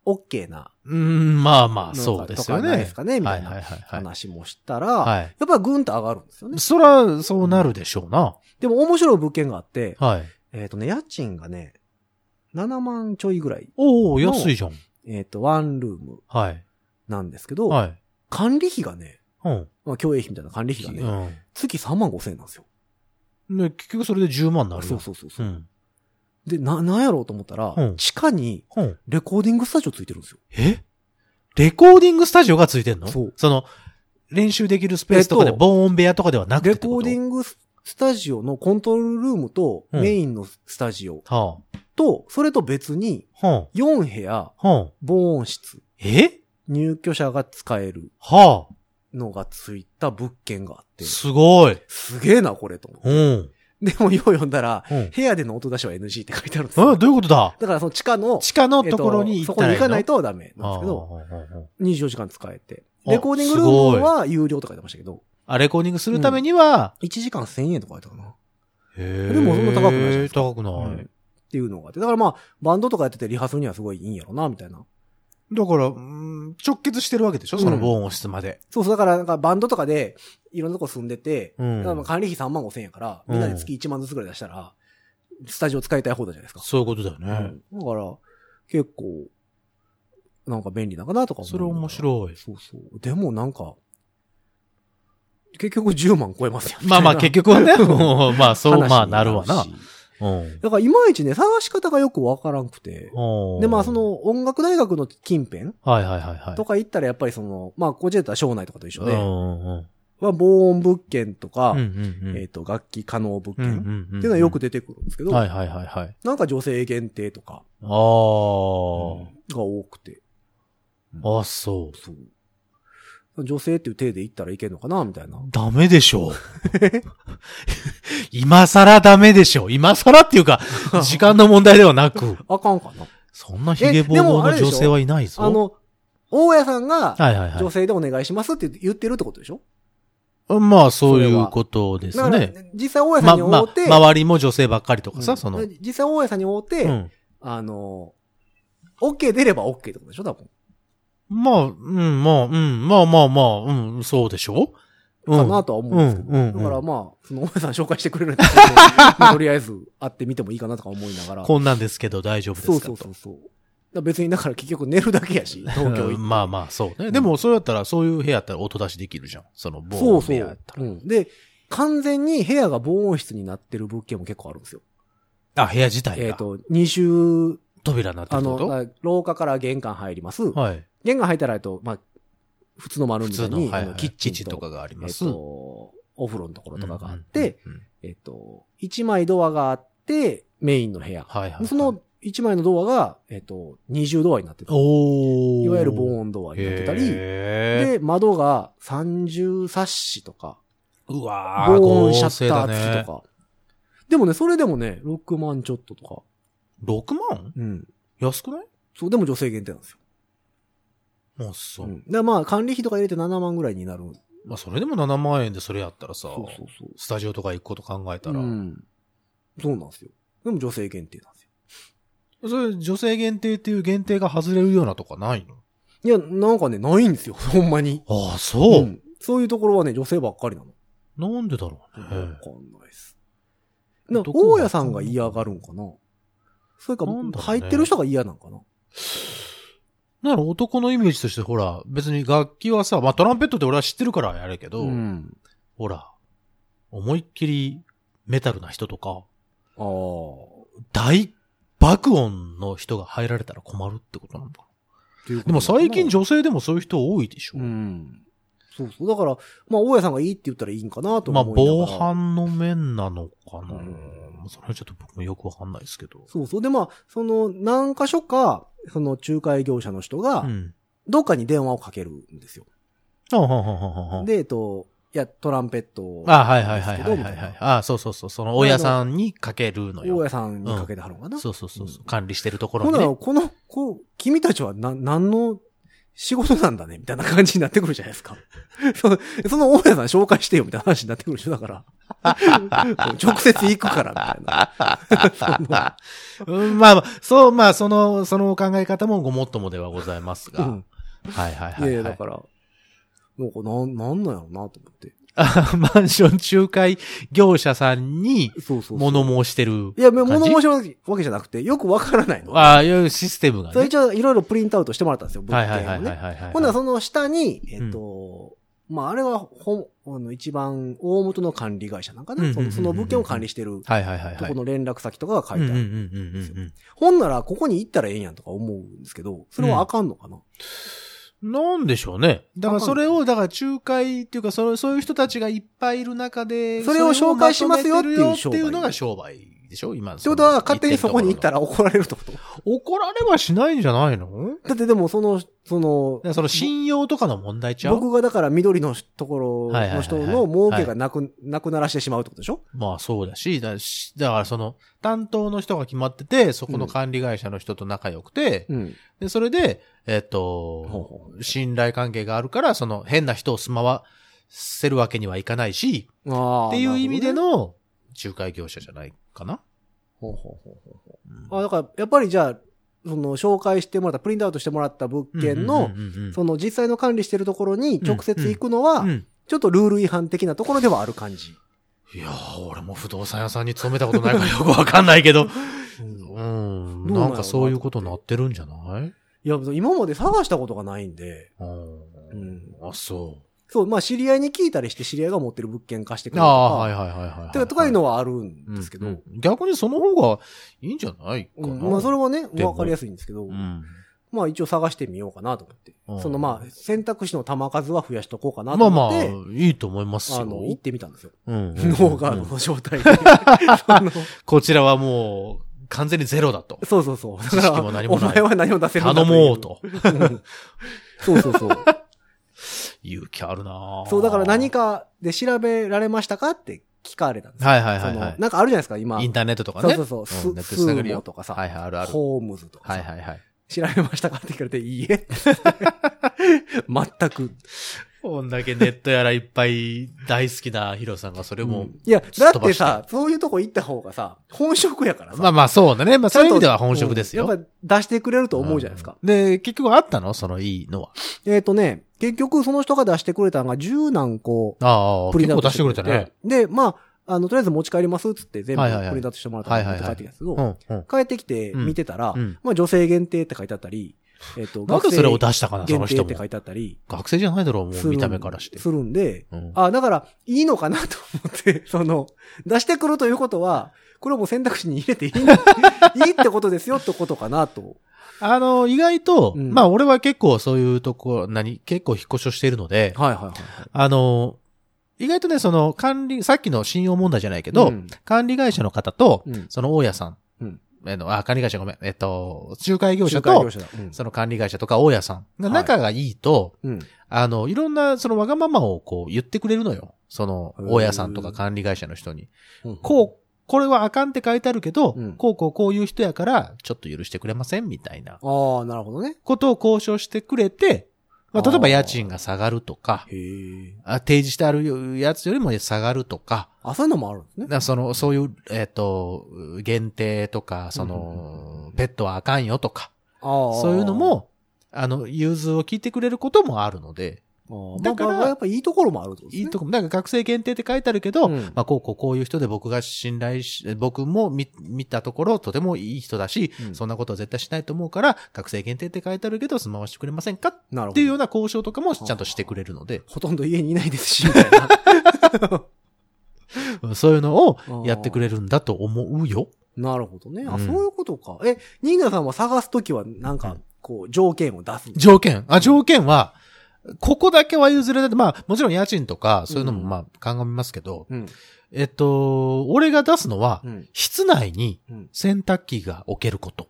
OK なうん、まあまあ、のそかうでとすかよね。ないですかね、みはたいいはないはいは話もしたら、い。はい。やっぱりグンと上がるんですよね。そら、そうなるでしょうな。でも面白い物件があって、はい。えっ、とね、家賃がね、7万ちょいぐらい、おお安いじゃん。えっ、と、ワンルームはい。なんですけど、はい。管理費がね、うん。まあ、共栄費みたいな管理費がね、月3万5千円なんですよ。うん。で、結局それで10万になるよそうそうそうそうう、ん。で、な、なんやろうと思ったら、うん地下にうん。レコーディングスタジオついてるんですよ。えレコーディングスタジオがついてんのそうの、練習できるスペースとかえで、っと防音部屋とかではなくてレってコこーと。ディングスタジオのコントロールルームとうんメインのスタジオはと、それと別にあ、は4部屋あ、はあ、防音室、え入居者が使えるはあ、のがついた物件があって、すごい。すげえな、これと思って。うん。でも、よう読んだら、うん。え、部屋での音出しは NG って書いてあるんですどういよ。うことだだからその地下の、地下のところに行そっこたにらい行いかないととダメなんですけど、24時間使えて。あレコーディングルームは有料とか言ってましたけど、あ、レコーディングするためには、 1時間1000円とか言ってたかな。へえでもそんな高くないじゃないですか高くない。うんっていうのがあって。だからまあ、バンドとかやっててリハーサルにはすごいいいんやろな、みたいな。だから、うん直結してるわけでしょその防音室まで。そうそう、だからなんかバンドとかで、いろんなとこ住んでて、うんだからまあ管理費3万5千円やから、みんなで月1万ずつぐらい出したら、スタジオ使いたい方だじゃないですか。そういうことだよね。うんだから、結構、なんか便利なのかなとか思うそれ面白い。そうそう。でもなんか、結局10万超えますよ。まあまあ結局は ね、もうまあそう、話にまあなるわなし。うん。だからいまいちね、探し方がよくわからんくて。でで、まあそ、の音楽大学の近辺はいはいはいはい。とか行ったらやっぱりその、まあこっちだったら省内とかと一緒うんうで、んうん。まあ防音物件とか、うんうんうんえっ、と、楽器可能物うんう件んうんっていうのはよく出てくるんですけど、はいはいはいはい。なんか女性限定とかあーが多くて、あ、あそう。そう。女性っていう体で行ったらいけんのかなみたいな。ダメで しょう。今更ダメでしょう。今更ってい うか、時間の問題ではなく、あかんかなそんなヒゲボーボーの女性はいないぞ。あの、大家さんが、はいはいはい女。性でお願いしますって言ってるってことでしょまあ、そういうことですだからね。、実際大家さんま、にま会あう、て、周りも女性ばっかりとかうさ、んその。う実際大家さんに会うて、ん。あの、OK 出れば OK ってことでしょ多分。まあ、うん、まあ、うん、まあまあまあ、うん、そうでしょかなとは思うんですけど。うんうんうんうんだからまあ、その、お前さん紹介してくれるん だったらまあとりあえず会ってみてもいいかなとか思いながら。こんなんですけど大丈夫ですかそうと。そうそうそう。だから別にだから結局寝るだけやし、東京行っうて。んまあまあ、そうね。でも、それやったら、そういう部屋やったら音出しできるじゃん。その、防そう音そ部屋やっうた、ら。うん。で、完全に部屋が防音室になってる物件も結構あるんですよ。あ、部屋自体が。えっ、と、二週、扉になってるあってこの、とだから廊下から玄関入ります。はい。玄関入ったら、えっと、まあ、普通の丸普みた通いの、はに、いはいあのキッチンキとかがありえまっす。と、お風呂のところとかがあって、うんうんうん、えっと、一枚ドアがあって、メインの部屋。はいはい。その、一枚のドアが、えっと、二重ドアになってた。おーいわゆる防音ドアになってたり、へで、窓が三重サッシとか、ーうわー、防音シャ合成ッだタねー付きとか。でもね、それでもね、6万ちょっととか。 6万うん。安くないそう、でも女性限定なんですよ。あ、そうう。ん。で、まあ、管理費とか入れて7万ぐらいになる。そうまあ、それでも7万円でそれやったらさ、そうそう。スタジオとか行くこと考えたら、うん。そうなんですよ。でも女性限定なんですよ。それ女性限定っていう限定が外れるようなとかないのいや、なんかね、ないんですよ。 ほんまに。ああ、そう、んそういうところはね、女性ばっかりなの。なんでだろうわかね。んないです。な、どこ大が家さんが嫌がるんかなそれか、なんだろうね入ってる人が嫌なんかななら男のイメージとしてほら、別に楽器はさ、まあトランペットって俺は知ってるからやるけど、ん。ほら、思いっきりメタルな人とか、ああ。大爆音の人が入られたら困るってことなのかな。でも最近女女性でもそういう人多いでしょ。うん。そうそう。だから、まあ、大家さんがいいって言ったらいいんかなとま思あいながら防犯の面なのかな。うんそれはちょっと僕もよくわかんないですけど。そうそう。で、まあ、その、何箇所か、その仲介業者の人うが、ん。どっかに電話をかけるんですよ。あははははで、えっと、いや、トランペット、あ、はいはいはいはいはい、ですけどみたはいい。なあそうそうそう。その、親さんにかけるの大よ家。さんにかけてはるのかな。そうそうそうそうう。ん管理してるところほになね。この、こう、君たちはな、何の仕事なんだねみたいな感じになってくるじゃないですか。 その、その大家さん紹介してよみたいな話になってくるでしょ、だから。 直接行くから、みたいな。 うん、まあまあ、そう、まあ、その、そのお考え方もごもっともではございますが。うんはいはいいはやい、いや、はだい。から、なんか、なん、なんなんやろうなと思って。あ マンション仲介業者さんにそうそうそう。物申してるいや、もう感物申じ。し訳わけじゃなくて、よくわからないの。ああ、いわゆるシステムがそれね。一応いろいろプリントアウトしてもらったんですよ、物はい件はいはをいはいね。はい、はい。ほんならその下に、えっと、まあ、あれは、ほん、あの、一番大元の管理会社なんかうんうんね、うんそうんうのんその物件を管理してるはいはいはいとはこい。の連絡先とかが書いてある。うんうんうんうんほんなら、ここに行ったらええんやんとか思うんですけど、それはあかんのかな、うん。なんでしょうね。だからそれを、だから仲介っていうか、それそういう人たちがいっぱいいる中で、それを紹介しますよっていうそれをま商売とめてるよっていうのが商売でしょ今のっそてのことは、勝手にそこに行ったら。ら怒られるってこと怒られはしないんじゃないのだってでも、その、そのだか、らその信用とかの問題ちゃう僕がだから緑のところはいはいの人はいの儲けがなく、なくならしてしまうってことでしょまあそうだし、だしだからその担当の人が決まってて、そこの管理会社の人と仲良くて、うん。で、それで、えっ、ほと、信頼関係があるから、その変な人を住まわせるわけにはいかないし、ああ。っていう意味でなるの仲介業者じゃないかな。ほどね。ほうほうほうほううんあ、だから、やっぱりじゃあ、その、紹介してもらった、プリントアウトしてもらった物件うのん、うんうんうんその実際の管理してるところに直接行くのはう、んちょっとルール違反的なところではある感じ。いやー、俺も不動産屋さんに勤めたことないから よくわかんないけど、どうなんやうん、ろうななんかそういうことになってるんじゃないいや、今まで探したことがないんで、ううんん。あ、そう。そう、まあ、知り合いに聞いたりして、知り合いが持ってる物件貸してくれるあとあ、はいか、はいはいはい。とか、とかいうのはあるうんんですけど、うん逆にその方がいいんじゃないかな。うんまあ、それはね、でもわかりやすいんですけどう、んまあ、一応探してみようかなと思ってうん。その、まあ、選択肢の玉数は増やしとこうかなまとあま思っあて、、いいと思いますよ。あの、行ってみたんですよ。うん脳がうん の状態で。 そのこちらはもう、完全にゼロ だと。そうそうそう。だ知識もか何ら、もおない前は何を出せるんだ頼もうと。うん そうそうそう。勇気あるなぁそう、だから何。かで調べられましたかって聞かれたんですよ。はいはいはそいのは、なんかあるじゃないですか、今。い。インターネットとかそうね。そうそう、スんネッストつながるーモよ。とかさ、はいはい、あるある。ホームズとかさ、はいはいはい。 調べましたかって聞かれて、いいえ。全く。こんだけネットやらいっぱい大好きなヒロさんがそれうもん、いや、すだっっ飛てばしたさ、そういうとこ行った方がさ、本職やからさ。まあまあそうだね。まあちゃそんういとう意味では本職ですよ。うんやっぱ出してくれると思うじゃないですか。うん。で、結局あったのそのいいのは。えっ、とね、結局その人が出してくれたのが十何個ああ、プリン結トア構ウト出してくれたね。。で、まあ、あの、とりあえず持ち帰りますっつって全部はいはいはいプリントアウトしてもらったの持って帰ってきたやつうを、ん、うん。帰ってきて見てたら、うんまあ女性限定って書いてあったり、えっ、と、なん学で生それを出したかな、そ限の定人っもて。書いてあったり、学生じゃないだろう、もすうるん見た目からして。するんで、うんあ、だから、いいのかなと思って、 その、出してくるということは、これはもう選択肢に入れてい い、いいってことですよってことかなと。あの、意外と、うんまあ俺は結構そういうとこ、何結構引っ越しをしているので、はいはいはい。あの、意外とね、その管理、さっきの信用問題じゃないけど、うん管理会社の方と、うんその大家さん、うんえの、あ、管理会社ごめん、えっと、仲介業者仲介と業、者だ。うんその管理会社とか大家さんが仲がいいと、うん。あの、いろんな、そのわがままをこう言ってくれるのよ。その、へー大家さんとか管理会社の人に。うんこう、これはあかんって書いてあるけど、うんこうこうこういう人やから、ちょっと許してくれませんみたいなああ、なるほどね。ことを交渉してくれて、まあ、あー例えば家賃が下がるとか、へえ。あ提示してあるやつよりも下がるとか、あ、そういうのもあるんですね。なその、そういう、えっ、と、限定とか、そうんうんうのん、ペットはあかんよとか、ああ。そういうのも、あの、融通を聞いてくれることもあるので、あー、だだか、かららまあやっぱいいところもあるってことですね。いいとこも、なんか学生限定って書いてあるけど、うんまあ、こうこうこういう人で僕が信頼し、僕も見、見たところ、とてもいい人だし、うんそんなことは絶対しないと思うから、学生限定って書いてあるけど、住まわしてくれませんかっなるほど。ていうような交渉とかもちゃんとしてくれるので、ほとんど家にいないですし、みたいな。そういうのをうん やってくれるんだと思うよ。なるほどね。あ、うんそういうことか。え、新潟さんは探すときは、なんか、こう、条件を出すんです条件。あ、条件は、ここだけは譲れない。まあ、もちろん家賃とか、そういうのもうんまあ、鑑みますけど、うん。えっと、俺が出すのはう、ん。室内にうん洗濯機が置けること。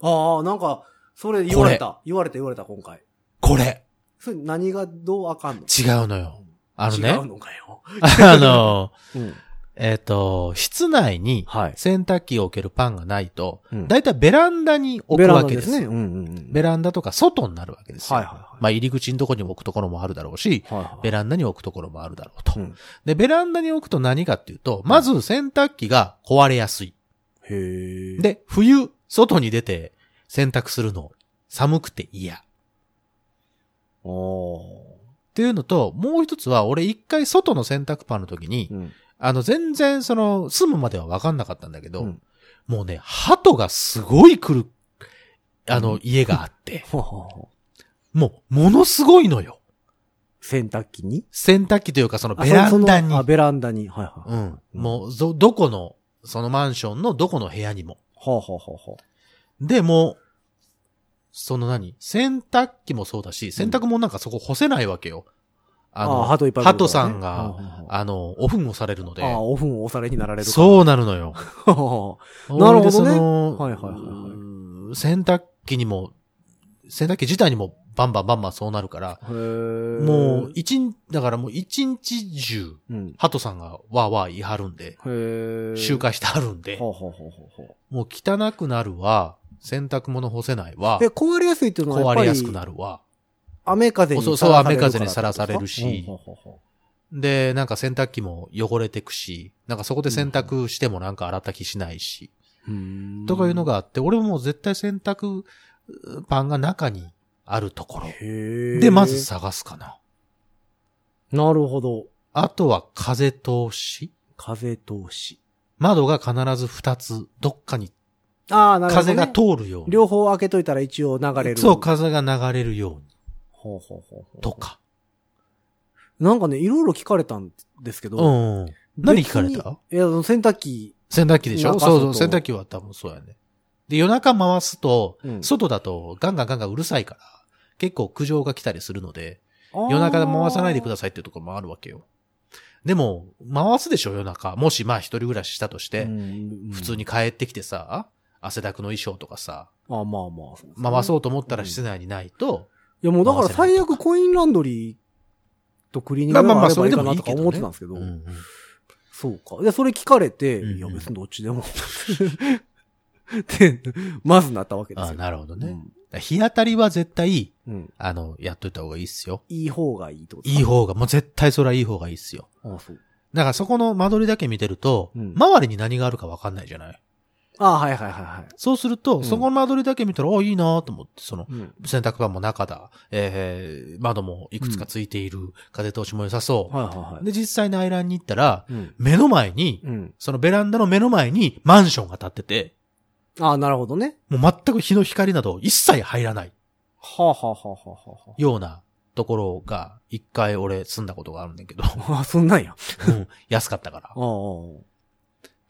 ああ、なんか、それ言われた。言われた言われた、今回。これ、それ何がどうあかんの違うのよ。あの違ねう、のかよ。 あの、うん。えっと、室内にはい。洗濯機を置けるパンがないと、うんだいたいベランダに置ベくランわダけでですす。ね。うんうんうん。ベランダとか外になるわけですよ。はいはいはいまあ入り口のとこにも置くところもあるだろうし、はいはいベランダに置くところもあるだろうと。うんで、ベランダに置くと何かっていうと、まず洗濯機が壊れやすい。へえ。、で、冬、外に出て洗濯するの、寒くて嫌。っあーていうのと、もう一つは、俺一回外の洗濯パンの時に、うん。あの、全然その、住むまでは分かんなかったんだけど、うん もうね、鳩がすごい来る、あの、家があって、 はははもう、ものすごいのよ。洗濯機に洗濯機というか、そのあベランダそにの。あ、ベランダに。はいはい。はうん。もう、ど、どこの、そのマンションのどこの部屋にも。あはあはあはで、もう、その何洗濯機もそうだし、洗濯物なんかそこ干せないわけよ。あ。あの、ー鳩いっぱい来るからね鳩さんはあが、はあはあの、オフンをされるのであ、あー、オフンを押されになられるから。そうなるのよ。はなるほどね俺そのはいはいはいはいうーん洗濯機にも、洗濯機自体にもバンバンバンバンそうなるから、あはあ。 へえ。もう、一日、だからもう一日中、うん。ハトさんがわーわー言い張るんで、へえ。集会してあるんでは、あはあはあはあ。もう汚くなるわ、洗濯物干せないわえ、、壊れやすいっていうのはやっぱ壊れりやすくなるわ。雨風にそうそうさらされるから雨風にさらされるしほうほうほうほで、なんか洗濯機も汚れてくし、なんかそこで洗濯してもなんか洗った気しないし、ううーんとかいうの。があって、俺ももう絶対洗濯パンが中にあるところ。へえ。で、まず。探すかな。なるほど。あとは風通し風通し。窓が必ず2つ、どっかにああ、なるほど、風ね。が通るように。両方開けといたら一応流れる。そう、。風が流れるように。ほうほうほうほうとか。なんかね、いろいろ聞かれたんですけど。う別にん。何聞かれたいや、その洗濯機。洗濯機でし中ょ外そうそう、洗濯機は多分そうやね。で、夜中回すと、うん外だとガンガンガンガンうるさいから、結構苦情が来たりするので、夜中で回さないでくだささいっていうところもあるわけよ。でも、回すでしょ夜中。もしまあ一人暮らししたとして、普通に。に帰ってきてさ、汗だくの衣装とかさ、ああ、まあまあ。そうですね回そうと思ったら室内にないと、いや、もうだから回せな最い悪コインランドリーとクリーニング屋があればいいかなとか思ってたんですけど。うんうんそうか。で、それ聞かれて、うんうんいや、 別にどっちでも。って、まずなったわけであすあよ。なるほどね。うんら日当たりは絶対、うん。あの、やっといた方がいいっすよ。いい方がいいってこといい方が、もう絶対それはいい方がいいっすよ。ああ、そう。だからそこの間取りだけ見てると、うん周りに何があるかわかんないじゃないああ、はいはいはいはい。そうすると、んそこの間取りだけ見たら、あ、いいなと思って、その、うん。洗濯板も中だ、えー、窓もいくつかついている、風通しも良さそう。はいはいはい。で、実際の内覧に行ったら、うん。目の前に、うん。そのベランダの目の前にマンションが建ってて、ああ、なるほどね。もう全く日の光など一切入らないはあはあはあはあはようなところが、一回俺住んだことがあるんだけど、あ。ああ、そんなんや。うん 安かったからあ。あ。うん。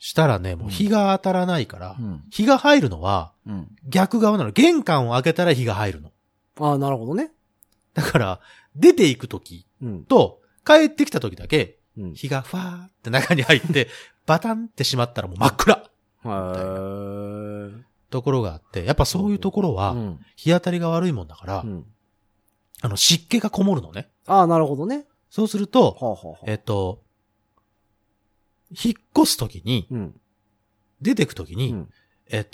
したらね、もう日が当たらないから、うん日が入るのはうん。逆側なの。玄関を開けたら日が入るの。ああ、なるほどね。だから、出ていくときうん。と、帰ってきたときだけ、うん。日がふわーって中に入って、 バタンってしまったらもう真っ暗へーところがあって、やっぱそういうところうは、ん。日当たりが悪いもんだから、うん。あの、湿気がこもるのね。ああ、なるほどね。そうすると、はあはあはあ。えっと、引っ越すときに、うん。出てくときに、うんえっ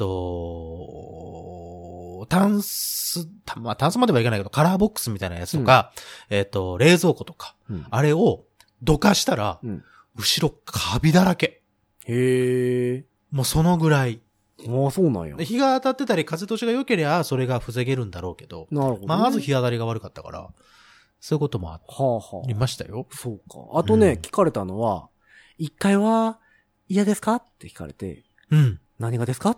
と、タンス、たまあ、タンスまではいかないけど、カラーボックスみたいなやつとか、えっと、冷蔵庫とか、うんあれをどかしたら、うん後ろカビだらけ。へえ。もうそのぐらい。ああ、そうなんや。で日が当たってたり風通しが良ければ、それが防げるんだろうけど、なるほどね。まず日当たりが悪かったから、そういうこともあはあはりましたよ。あ。そうか。あとね、うん聞かれたのは、一階は嫌ですかって聞かれて、うん。何がですか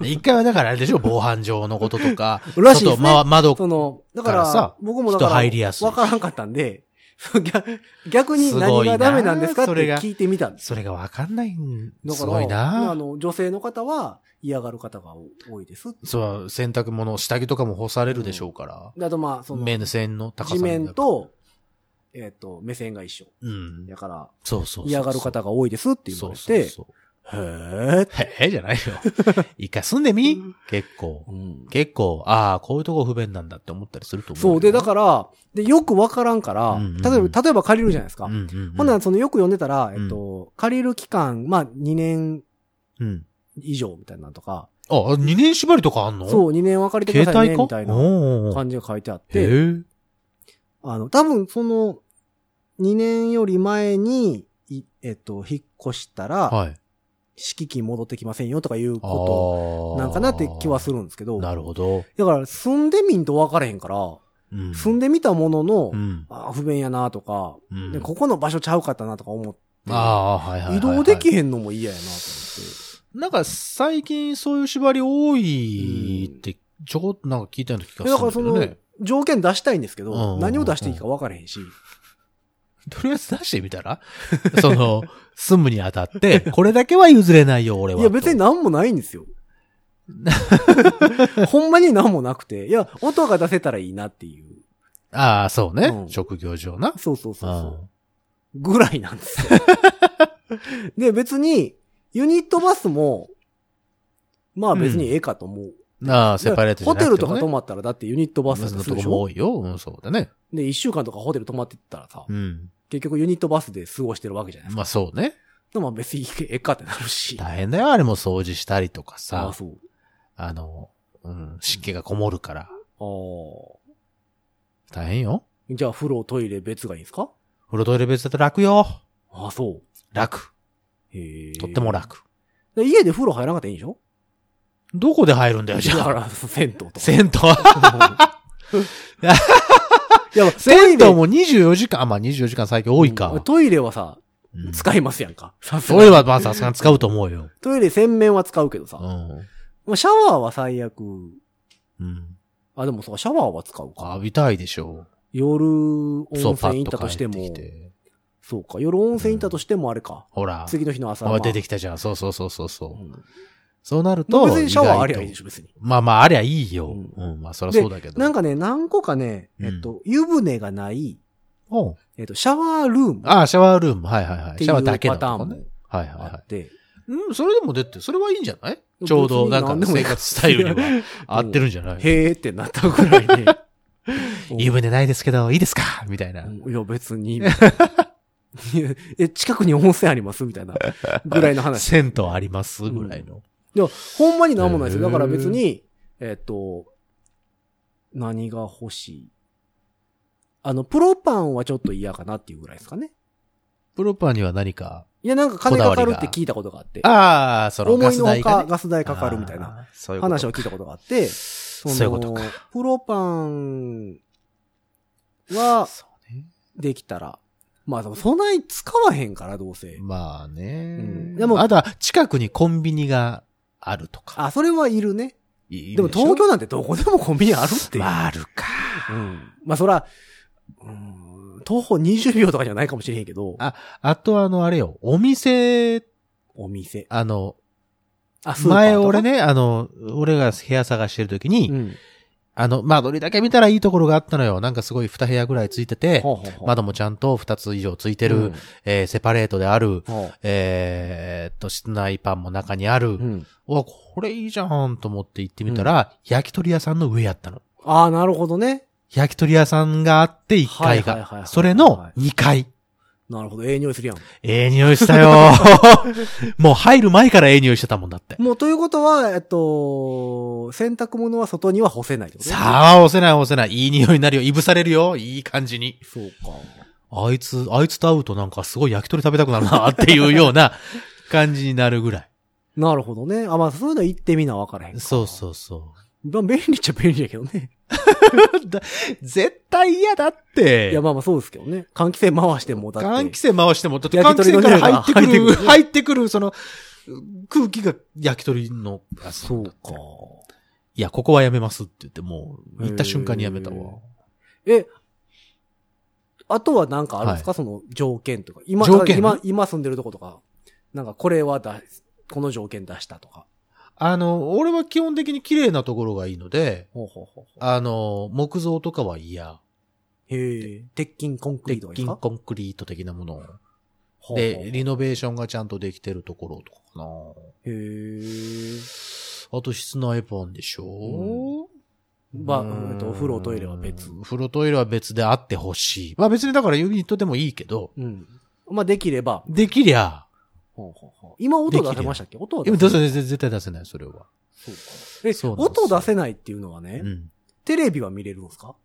一回はだからあれで しょ、防犯上のこととか、らしいですね外、ま、窓、その、だかだかららさ、僕もだから、人入りやすいしわからんかったんで、 そう逆逆にすご何いがなダメなんですかってそれが聞いてみたんです。それがわかんないんだすかごら、いなあの、女性の方は嫌がる方が多いです。そう、洗濯物、下着とかも干されるでしょうから。あとまあ、その、目線の高さ地に面、と、えっ、と、目線が一緒。うん。だから、そうそうそう。嫌がるっ方が多いですって言われて、そうそうへえ。そう。 へえ、じゃないよ。一回住んでみうん結構う。ん結構、ああ、こういうとこ不便なんだって思ったりすると思う。そう。で、だから、で、よくわからんから、うんうんうん例えば、例えば借りるじゃないですか。うんうんうん、ほんなら、その、よく読んでたら、うんえっと、借りる期間、まあ、2年うん。以上みたいなのとか、あ、二年縛りとかあんのそう、2年は借りてくだ携さいね、帯かみたいなおうおうおう感じが書いてあっへて、え。あの、多分、その、2年より前に、いえっと、引っ越したら、はい。敷金戻ってきませんよとかいうことああ。なんかなって気はするんですけど、なるほど。だから、住んでみんと分からへんから、うん。住んでみたものの、うん。ああ不便やなとか、うん。でここの場所ちゃうかったなとか思って、ああー、はいはいはいはい。移動できへんのも嫌やなと思っなんか最近そういう縛り多いって、ちょこっとなんか聞いたような気がするんだけどいやだねか。て。条件出したいんですけうんうんうんどう、ん何を出していいか分からへんし。とりあえず出してみたら その、住むにあ たって、これだけは譲れないよ、俺は。いや、別にな。何もないんです よ。ほんまに何もなくて。いや、音が出せたらいいなっていう。ああ、そうね。うん職業上な。そうそうそうあそう。ぐらいなん ですよ。で、別に、ユニットバスも、まあ別にええかと思う。あああ、セパレートじゃホなテくて、ね。ルとか泊ままったら、だってユニットバスだったのらすとるでこしもょ多いよ。うん、そうだね。で、一週間とかホテル泊まってたらさ、うん。結局ユニットバスで過ごしてるわけじゃないですか。まあそうね。まあ別にええかってなるし。大変だよ、あれも掃除したりとかああ、さ。そう。あの、うん、湿気がこもるから。あ大変よ。あ。じゃあ風呂、トイレ別がいいんですか風呂トイレ別だと楽よ。ああ、そう。楽。へえ。とっても楽。で家で風呂入らなかったらいいんでしょどこで入るんだよ、じだゃかあ。ら、 銭湯とか。 銭湯。いや、銭湯も24時間、あ、まあ24時間最近多いか。トイレはさ、うん使いますやんか。さすトイがレにはまあさすがに使うと思うよ。トイレ洗面は使うけどさ。うまん。あシャワーは最悪。うん。あ、でもそうか、シャワーは使うか。浴びたいでしょ夜、温泉そう、パ行ッったととし帰てっもて。きて。そうか、夜温泉行ったとしてもあれか。ほら。次の日の朝。あ、出てききたじゃん。そうそうそうそうそうう。んそうなるまと。あ別にシャワーありゃいいで意外としょ、別に。まあまあ、ありゃいいよ。うんうん。まあ、そりゃそうだけど。なんかね、何個かね、うんえっと、湯船がない、おうえっと、シャワールームっああ、シャワールーム。はいはいはい。てシいャワーうだけパのタとーこンねもはいはいあはって、い。うん、それでも出て、それはいいんじゃないちょうど、なんか生活スタイルには合ってるんじゃない へーってなったぐらいで。湯船 ないですけど、いいですかみたいな。いや、別に。 みたいないやえ、近くに温泉ありますみたいな。ぐらいの話。銭湯ありますぐらいの。いや、ほんまになんもないですよ。だから別に、えっ、と、何が欲しいあの、プロパンはちょっと嫌かなっていうぐらいですかね。プロパンには何か、いや、なんか金かかるこだわっりてが聞いたことがあって。ああ、その思ガいスの代ほが、かね。ガス代かかるみたいなあー。そういうこと話を聞いたことがあって、そのそういうことか。プロパンはそうね。できたら、まあでもそない使わへんからどうせ。まあね。うんででも、もまだ近くにコンビニがあるとか。あ、それはいるね。いいでもしょ東京なんてどこでもコンビニあるっていう。まあ、あるか。うん。まあそら、うん徒歩20秒とかじゃないかもしれへんけど、ああとあの、あれよ、お店、お店。あの、あ、スーパーとか前俺。ね、あの、俺が部屋探してる時に、うん。あの、まあ、どれだけ見たらいいところがあったのよ。なんかすごい二部屋ぐらいついてて、ほうほうほう窓もちゃんと二つ以上ついてる、うんえーセパレートである、ほうえーっと、室内パンも中にある、ううん。わ、これいいじゃんと思って行ってみたら、焼き鳥屋さんの上やったの。ああ、なるほどね。焼き鳥屋さんがあって1階はいはいはいはいはが。いそれの2階。なるほど。ええ匂いするやん。ええ匂いしたよ。 もう入る前からええ匂いしてたもんだって。もうということは、えっと、洗濯物は外には干せないってことねさあ、押せない押せない。いい匂いになるよ。いぶされるよ。いい感じに。そうか。あいつ、あいつと会うとなんかすごい焼き鳥食べたくなるなっていうような感じになるぐらなるほどね。あ、まあそういうの行ってみなわからへんい。か。。そうそうそうまあ便利っちゃ便利やけどね。う。絶対嫌だって。いやまあまあそうですけどね。換気扇回してもだって。換気扇回しても、だって換焼き気鳥扇の匂いからが入ってくる、入入っっててくる、その、空気が焼き鳥の、あそうか。。いや、ここはやめますって言って、もう、行った瞬間にやめたわ。へー。え、あとはなんかあるんですか、その条件とか。今、条件今、今住んでるとことか。なんかこれはだ、この条件出したとか。あの、俺は基本的に綺麗なところがいいので、ほうほうほうほう。あの、木造とかは嫌。へえ。鉄筋コンクリー鉄トがいいで筋すかコンクリート的なもの。ほうほうほうで、リノベーションがちゃんとできてるところとかかな。へえ。あと、室内パンでしょ、まあうーんえっとお風呂トイレは別お風呂トイレは別であってほしい。まあ別にだからユニットでもいいけど、うん。まあできれば。できりゃ、ほうほうほう今音出せましたっけ音は出今せ出ない。せない、絶対出せない、それは。そうかえそうなんですよ音出せないっていうのはうね、ん。テレビは見れるんですか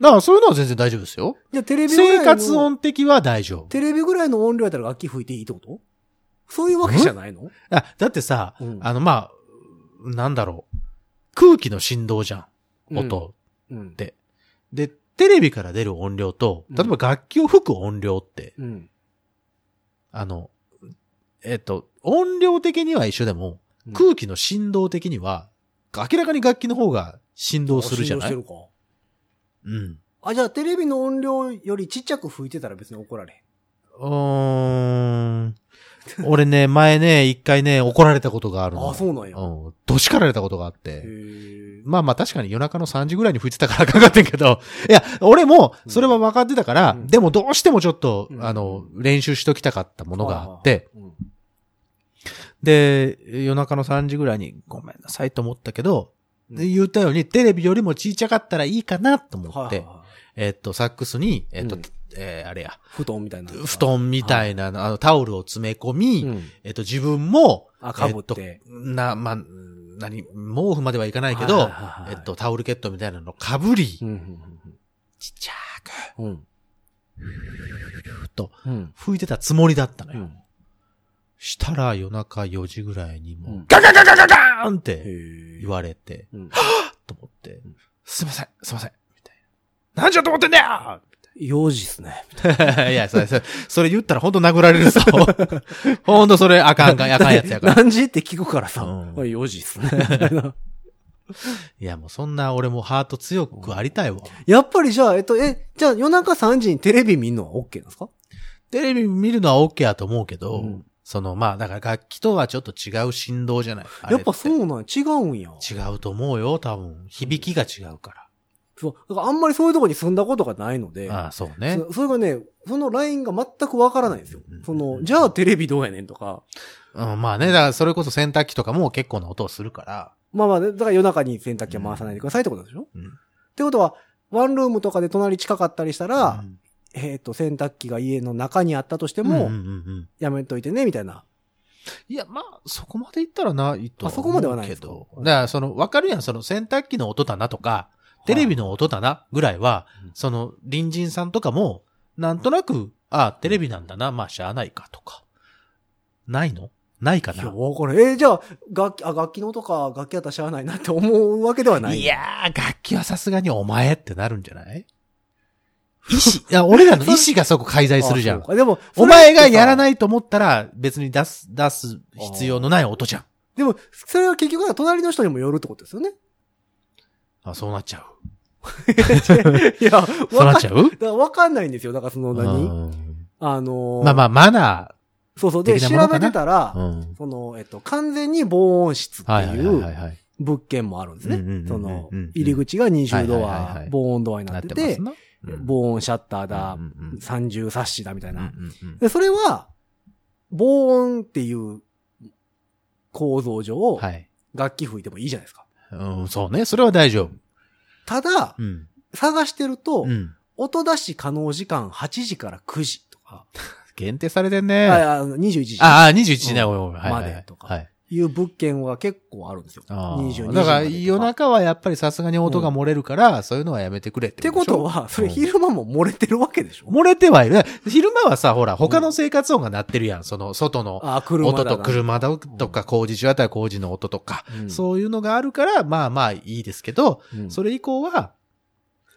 だからそういうのは全然大丈夫ですよ。じゃあテレビぐらい生の活音的は大丈夫。テレビぐらいの音量やったら楽器吹いていいってことそういうわけじゃないのあ、だってさ、うんあの、まあ、なんだろう。空気の振動じゃん。音。うん。でで、テレビから出る音量と、うん例えば楽器を吹く音量って、うん。あの、えっと、音量的には一緒でも、うん空気の振動的には、明らかに楽器の方が振動するじゃなあい振動してるうん。か。あ、じゃあテレビの音量よりちっちゃく吹いてたら別に怒られへん。うーん。俺ね、前ね、一回ね、怒られたことがある の。あ、そうなんや。うん。どしかられたことがあっへて。ーまあまあ確かに夜中の3時ぐらいに吹いてたからかかってんけど、 いや、俺もそれは分かってたから、うんでもどうしてもちょっと、うんあの、練習しときたかったものがあって、、うんで、夜中の3時ぐらいにごめんなさいと思ったけど、で言ったようにテレビよりも小さかったらいいかなと思っはいはいて、はいえっと、サックスに、えっとうん、えーあれや、布団みたいな。布。団みたいな、あの、タオルを詰め込み、うん。えっと、自分も、あ、かぶって。えっと、な、まあ、何、毛布まではいかないけど、はいはいはいえっと、タオルケットみたいなのかぶり、うんちっちゃうん。うん。く、ふっと、うん。吹いてたつもりだったのうよ。ん。したら夜中4時ぐらいにもう、うんガガガガガガーンってへ言われて、うんと思ってん、すいません、すいません、みたいな。なんじゃと思ってんだ よ4時っすね。いや、それ、それ、それ言ったら本当殴られ るぞ。本当それあかんか、あかんやつやから。何時って聞くからさ、うんあ4時っすね。 みたいないや、もうそんな俺もハート強くありたいわ。やっぱりじゃあ、えっと、え、じゃあ夜中3時にテレビ見んのは OK なんですかテレビ見るのは OK やと思うけど、うんその、まあ、だから楽器とはちょっと違う振動じゃない。あれやてっぱそうなん違うんや。違うと思うよ、多分。響きが違うかそう。だからあんまりそういうとこに住んだことがないので、ら。ああ、そうね。そそれがね、そのラインが全くわからないんですようん。その、じゃあテレビどうやねんとか、うん、まあね、だからそれこそ洗濯機とかも結構な音をするから。まあまあ、だから夜中に洗濯機は回さないでくださいってことでしょ、うんってことは、ワンルームとかで隣近かったりしたら、うんえっ、と、洗濯機が家の中にあったとしてでも、うんうんうんやめといてね、みたいないや、まあ、そこまでいったらないとあそこまではないけですかど。だから、その、わかるやん、その洗濯機の音だなとか、テレビの音だなぐらいは、うんその、隣人さんとかも、なんとなく、あテレビなんだな、まあ、しゃあないかとか。ないのないかいや、なわからん。えーじゃあ、楽器、あ、楽器の音か、楽器やったらしゃあないなって思うわけではない。い、やー、楽器はさすがにお前ってなるんじ ゃない意志、いや、俺らの意志がそこ介在するじゃん。。でも、。お前がやらないいと思ったら、別に出す、出す必要のない音じゃん。でも、それは結局は隣の人にもよるってことですよね。あ、そうなっちゃう。 いや、わそうなかっちゃうだからわかんないんですよ。だからその何うんあのーまあまあ、マナそうそう。で、的調なものかべなてたらー。、ん。その、えっと、完全に防音室ってはいはいいはいうはい。物件もあるんですうんうんうんうんうねん。その、入り口が20ドはいはいはいはアい、防音ドアになってて、な。防音シャッターだうん、うんうん30サッシだみたいうんうな。んうんで、それは、防音っていう構造上、はい。楽器吹いてもいいじゃないですか。うん、そうね。それは大丈夫。ただ、うん。探してるとう、ん。音出し可能時間8時から9時とか、限定されてあんね。ああの21時あ、21時ね。うんおいおい。はいはいはいまでとかはい。いう物件は結構あるんですよ。あ22時まあでだとかから夜中はやっぱりさすがに音が漏れるから、そういうのはやめてくれっっててでこしょとは、それうん昼間も漏れてるわけでしょ漏れてはいる。昼間はさ、ほら、他の生活音が鳴ってるやん。その、外のあ、車だ音なと車だとか、工事中あったら工事の音とか、うんそういうのがあるから、まあまあいいですけど、うんそれ以降は、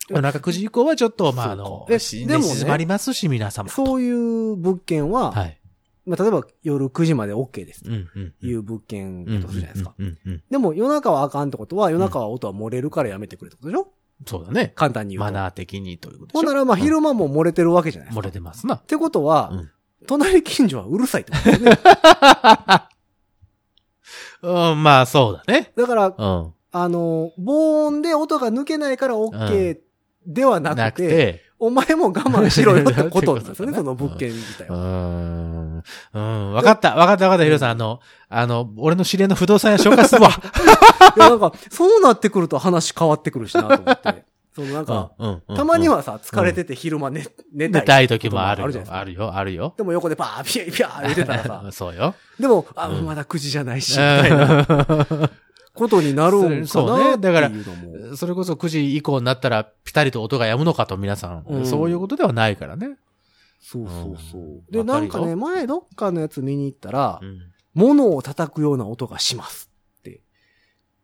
い夜中9時以降はちょっと、まああそのう、かえしでも寝ね静まりますし、皆様。そういう物件は、はい。まあ、例えば夜9時まで OK ですとうんうんうん。いう物件うんだとするじゃないですか。うんうんうん。でも夜中はあかんってことは、夜中は音は漏れるからやめてくれってことでしょそうだね。簡単に言うマと。ナー的にということほんでしなょ。ら、まあ、昼間も漏れてるわけじゃないです漏か。れてますなっ。てことは、うん隣近所はうる さいってことですね。うん、まあそうだね。だから、うん。あの、防音で音が抜けないから OK ではななくくて、て、お前も我慢しろよってことですよ ってことだね、ねその物件自体う は。ん。うん。わかった、わかった、わかった、ヒロさん。あの、あの、俺の知り合いの不動産屋紹介する わ。いや、なんか、そうなってくると話変わってくるしなと思 って。そのなんか、うんうんうんたまにはさ、疲れてて昼間寝、寝た寝い。たい時もあるあるじよゃ。ないあるよ、あるよ。、でも横でパーピャーピャー言ってたらさ そうよ。でも、あ、うんまだ9時じゃないし、みたいなそことになるんかそうなねってだからいうのも。れこそ9時以降になったら、ピタリと音が止むのかと、皆さん,、うんそういうことではないからね。そうそうそう。うで、んなんかわかね、る前どっかのやつ見に行ったら、ん、物を叩くような音がします。え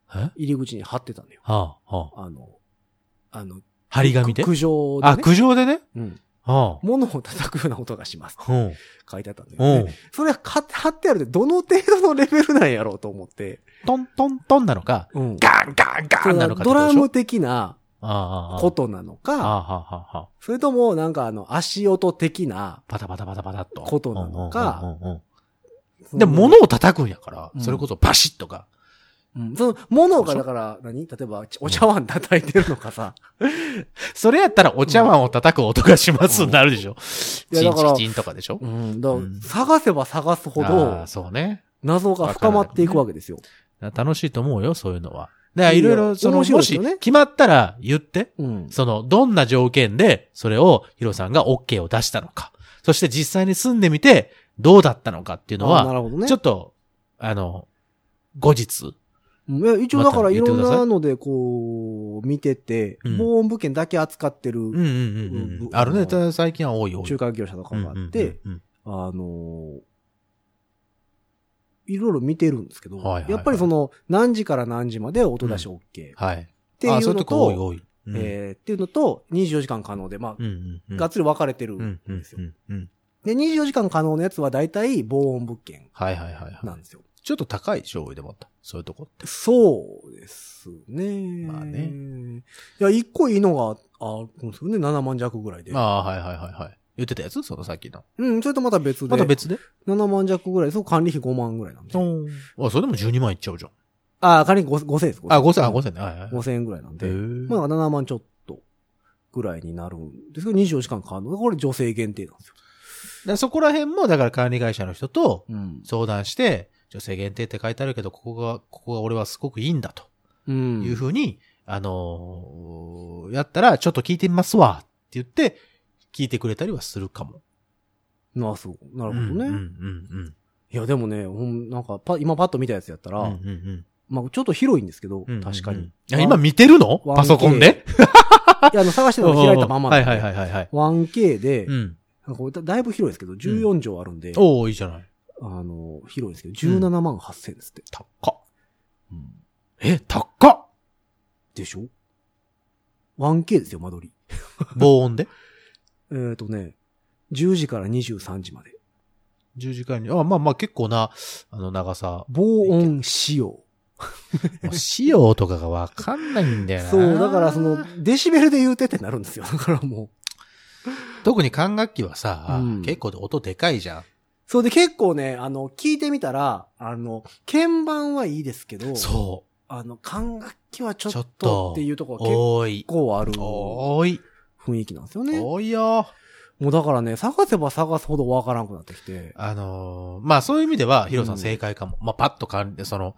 は入り口に貼ってたのよ。あ、はあ、あの、あの、張り紙で苦情で、ね。あ、苦情でね。うんは物を叩くような音がします。あ。うん。書いてあったんだよ、ね。うん。それは貼って貼ってあるで、どの程度のレベルなんやろうと思って。トントントンなのか、うん。ガンガンガンなのかってドことラでしょム的なああああ、ことなのあか、あはあはあはあそれともなんかあの、足音的な、パタパタパタパタっと。ことなのかうんうんうんうんそので、物を叩くんやから、うんそれこそパシッとか。うんその、物がだから何、例えば、お茶碗叩いてるのか さ。それやったらお茶碗を叩く音がしますになるでしょ。うんいチやだンかチらキチンとかでしょう。ん、だからうん探せば探すほあどー、そうね。謎が深まっていくわけですよ。楽しいと思うよ、そういうのは。だからいいいよろいろ、その、面白もいですしよね決まったら言って、うん。その、どんな条件で、それをヒロさんが OK を出したのか。そして実際に住んでみて、どうだったのかっていうのあーなは、るほどね。ちょっと、あの、後う日。んいや一応だかまらたい言ってろくんださいなのでこう、見てて、うん防音物件だけ扱ってうんうるんうんうんう。んあるね、ただ最近は多い多い。中間業者とかがあって、うんうんあのーいろいろ見てるんですけど、はいはいはいやっぱりその、何時から何時まで音出し OK ってうん。はい。いあーそのうういうとこ多いと、多い。うんえーっていうのと、24時間可能で、まうあ、んうんうんがっつり分かれてるうんんうんですよ。うんうんで、24時間可能のやつは大体防音物件はいはいはいはい。なんですよ。ちょっと高い醤油でもあった。そういうとこって。そうですね。まあね。いや、一個いいのがあるんですよね。7万弱ぐらいで。ああ、はいはいはいはい。言ってたやつそのさっきの。うん、それとまた別で。また別で7万弱ぐらい。そう、管理費5万ぐらいなんで。あ、それでも12万いっちゃうじゃん。あ、管理費 5, 5000です。あ、5000、あ、5000ね。はいはい。 5000円ぐらいなんへで。ーまあ、7万ちょっとぐらいになるんですけど、24時間可能。これ女性限定なんですよ。でそこら辺も、だから管理会社の人とうん。相談して、女性限定って書いてあるけど、ここが、ここが俺はすごくいいんだとうん。いうふうに、あのーやったら、ちょっと聞いてみますわって言って、聞いてくれたりはするかも。なあ、そう。なるほどうんうんね。うんうん。いや、でもね、ほん、なんか、パ、今パッと見たやつやったら、うんうんまあ、ちょっと広いんですけど、うん確かうんうにん。あ今見てるの 1K パソコンでいや、あの、探してたの開いたまんまはなんいではいはいはいはい。 1K で、うん。なんかこれだだいぶ広いですけど、14畳あるんで、おおいいじゃない。あの、広いですけど、17万8000ですって。高っ。え、高っでしょ ?1K ですよ、間取り。防音でえっ、ー、とね、10時から23時まで。十時間に。あ、まあまあ結構な、あの、長さ。防音仕様。もう仕様とかがわかんないんだよな。そう、だからその、デシベルで言うてってなるんですよ。だ からもう。特に管楽器はさ、うん結構音でかいじゃん。そうで結構ね、あの、聞いてみたら、あの、鍵盤はいいですけど、そあの、管楽器はちょちょっっととっていうとこう。ろが結多い。構ある雰多い。囲気なんですよね。も多いよ。うだからね、探せば探すほどわからんくなってきて。あのーまあそういう意味では、ヒロさうんん正解かも。まあパッとかん、その、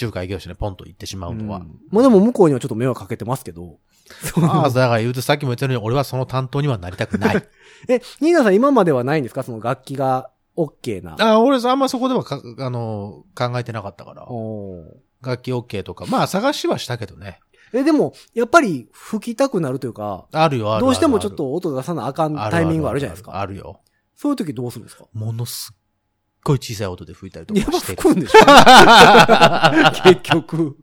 仲介業者にポンと行ってしまうのは。うんまあでも向こうにはちょっと迷惑かけてますけど。 そうああ、だから言うとさっきも言ったように、俺はその担当にはなりたくない。え、ニーナさん今まではないんですかその楽器が OK な。 ああ、俺さ、あんまそこではか、あのー考えてなかったから。おー楽器 OK とか。まあ探しはしたけどね。え、でも、やっぱり吹きたくなるというか、あるよ、あるあるあるどうしてもちょっと音出さなあかんタイミングあるじゃないですか。あるよ。そういう時どうするんですかものすっごい小さい音で吹いたりとやっかぱして吹る。くんでしょ 結局。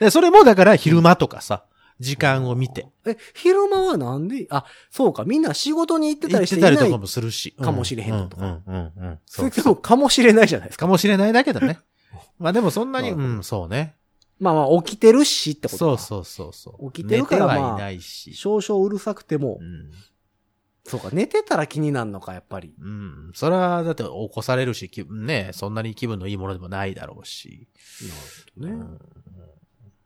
でそれもだから昼間とかさ、時間を見て。え、昼間はなんで、あ、そうか、みんな仕事に行ってた行りっしてていなたい。りとかもするし。かもしれへんとかうんうんうんうん。そそううそうかもしれないじゃないですか。かもしれないだけ どね。まあでもそんなに、なるうほどん、そうね。まあまあ、起きてるしってことか。そうそうそうそう。起きてるから寝てまはあいないし。少々うるさくても、うん。そうか、寝てたら気になるのか、やっぱり。うん。それは、だって起こされるし、気分ね、そんなに気分のいいものでもないだろうし。なるうほどね。ん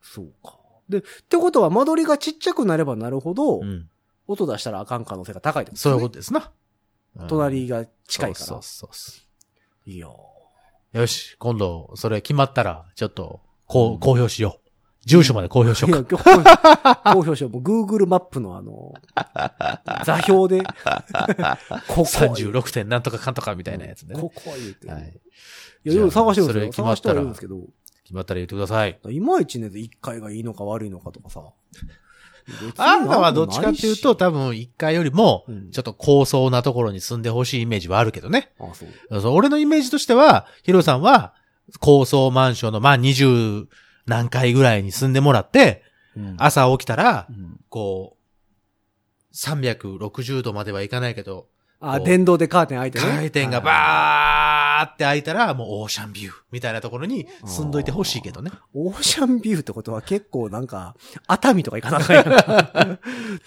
そうか。で、ってことは、間取りがちっちゃくなればなるほど、うん。音出したらあかん可能性が高いってことですそうね。いうことですな。うん隣が近いから。そうそうそうそいやーう。よし、今度、それ決まったら、ちょっと、こう、公表しよう。住所まで公表しよいうや、か。今日、公表しよう。もう Google マップのあの、座標で、ここ、 36点なんとかかんとかみたいなやつね。ここ言うて。、はいい。や、よく探してるんですじよ。ゃあ探してそはいるれ決んまでっすけど、決まったら言ってください。いまいちね、1回がいいのか悪いのかとかさ。別にあなたはどっちかっていうと、な多分1階よりもうん、ちょっと高層なところに住んでほしいイメージはあるけどね。んもないし、あ、そう。そう俺のイメージとしては、ヒロさんは、高層マンションの、まあ、20何階ぐらいに住んでもらって、うん、朝起きたらう、んこう、360度まではいかないけど、あ、電動でカーテン開いてね。回転がーバーって開いたら、もうオーシャンビューみたいなところに住んどいてほしいけどね。オーシャンビューってことは結構なんか、熱海とか行かなきゃいけない。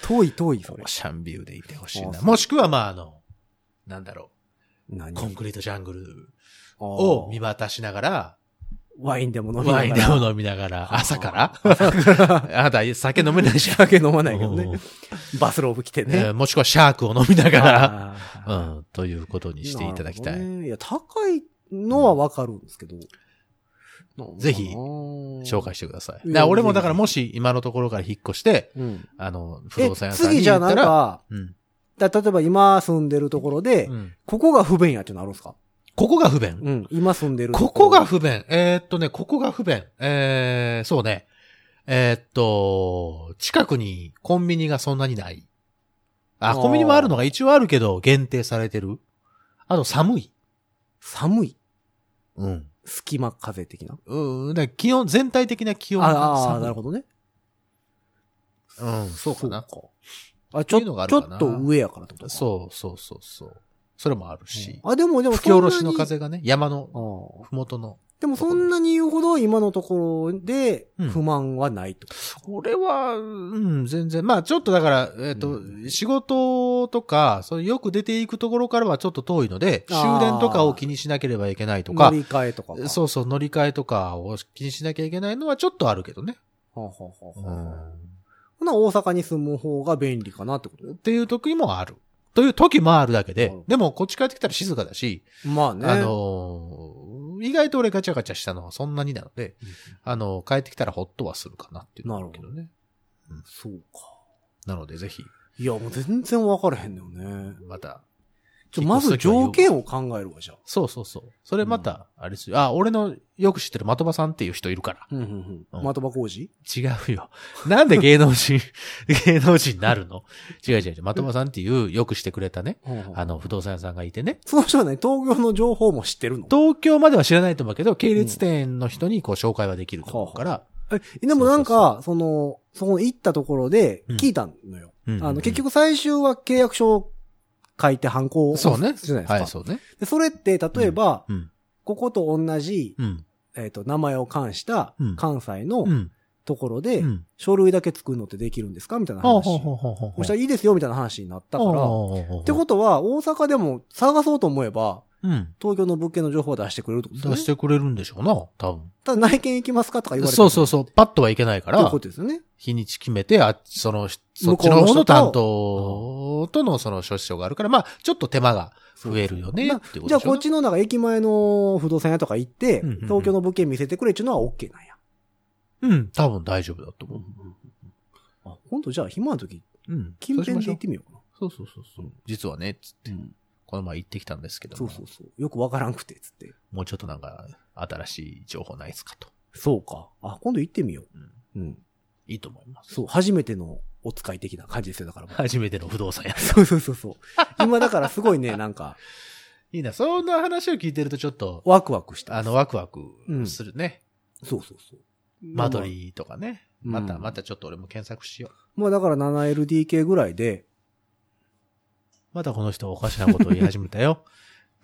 遠い遠い、そオれー。シャンビューでいてほしいあーな。そうもしくは、まあ、あの、なんだろ何う、コンクリートジャングルあをー見渡しながら、ワインでも飲みながワらインでも飲みながら、朝から あなた酒飲めないじゃ ん。酒飲まないけどうんね。バスローブ着てえね ー。もしくはシャークを飲みながあーら、うん、ということ にしていただきたなるい。ほどねいや、高いのはわかるんですけど。 ぜひ紹紹介してください。だうんから俺もだからもし今のところから引っ越して、うん。あの、不え動産、屋さん次にじゃあ行なったんら、か、うんだ例えば今住んでるところで、うんここが不便やってなるんですかここが不便。うん。今住んでるところこが不便。えーっとね、ここが不便。えー、そうね。えーっと、近くにコンビニがそんなにない。ああ、ーコンビニもあるのが一応あるけど、限定されてる。あと寒い。寒い。うん。隙間風的な。うん、だから気温、全体的な気温がああー、寒いなるほどね。うん、そうかな。あ、ちてょいっうのがあと、るちょかなっと上やからってことかそうそうそうそう。それもあるし。あ、でもでも吹き下ろしそんなのに風がね、山のあーふもとの。でもそんなに言うほど今のところでうん不満はないと。これは、うん、全然。まあちょっとだから、えっ、うと、ん仕事とか、そういうよく出ていくところからはちょっと遠いので、終あー電とかを気にしなければいけないと乗か、り換えとかか。そうそう、乗り換えとかを気にしなきゃいけないのはちょっとあるけどね。はあはあはあうはあん。ほな、大阪に住む方が便利かなってことっていう時もある。という時もあるだけなるでほど、でもこっち帰ってきたら静かだし、まあね。あのー、意外と俺ガチャガチャしたのはそんなになので、うんあのー、帰ってきたらほっとはするかなっていうのはあけどね。そうか。なのでぜひ、いや、もう全然分からへんのよね。また、じゃあまず条件を考えるわ、じゃあ。そうそうそう。それまた、あれですよ。あ、俺のよく知ってる的場さんっていう人いるから。うんうんううんん。的場工事違うよ。 なんで芸能人、 芸能人になるの違う違う違う。的場さんっていうよくしてくれたね。あの、不動産屋さんがいてね。その人はね、東京の情報も知ってるの東京までは知らないと思うけど、系列店の人にこう紹介はできると思うから。え、でもなんか、その、その行ったところで聞いたのよ。うんあの、結、局最終は契約書を書いて犯行をそうね。じゃないですか。はい、そうね。でそれって、例えば、うん。ここと同じ、うん。えっ、と、名前を冠したうん関西のうん。ところで、うん。書類だけ作るのってできるんですかみたいなほ話。うほうほうほうほう。そしたらいいですよ、みたいな話になったから。っほうほうほうほうてことは、大阪でも探そうと思えば、うん。東京の物件の情報を出してくれるってことですよ出ね。してくれるんでしょうな、多分。ただ内見行きますかとか言われてそうそうそそう。パッとはいけないかう。というらこ、とですよね。日にち決めて、あ、その、そっち向こうのの方人のと担当とのその諸事情があるから、まあ、ちょっと手間が増えるよね、なっていうことじゃあ、でしょこっちのなんか駅前の不動産屋とか行って、うんうんうん東京の物件見せてくれっていうのは OK なんや。うん、多分大丈夫だと思う。あ、今度じゃあ暇な時、うん。近辺で行っそうてみようかそうそうそうそう。実はね、つって、この前行ってきたんですけどな。も、そうそうそう。よくわからんくて、つって。もうちょっとなんか、新しい情報ないですかと。そうか。あ、今度行ってみよう。うん。いいと思います。そう、初めてのお使い的な感じですよ、だからも う。初めての不動産屋。そうそうそうそう。今だからすごいね、なんか、いいな、そんな話を聞いてるとちょっと、ワクワクした。あの、ワクワクするね。そうそうそう。間取りとかね。うんまた、またちょっと俺も検索しよう。まあだから 7LDK ぐらいで、またこの人おかしなことを言い始めた よ。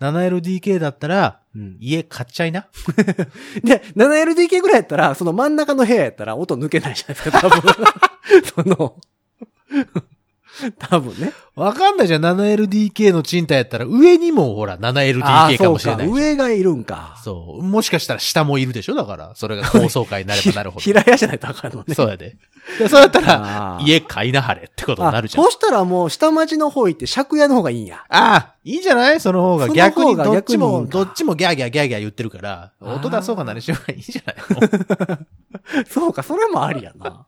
7LDK だったら、うん家買っちゃいな。で、7LDK ぐらいやったら、その真ん中の部屋やったら音抜けないじゃないですか、多 分。その、多分ね。わかんないじゃん、7LDK の賃貸やったら、上にもほら、あー 7LDK かそうもしれないじゃん上がいるんか。そう。もしかしたら下もいるでしょだから、それが高層階にな ればなるほひど。平屋じゃないとあかん のね。そうやで。でそうやったら、あー家買いなはれってことになるじゃん。ああそしたらもう下町の方行って借家の方がいいん や。あ、いいんじゃないその方が。その逆に方がどっちも、逆にいいんかどっちもギャーギャーギャーギャー言ってるから、あー音出そうが何しようがいいんじゃないそうか、それもありやな。の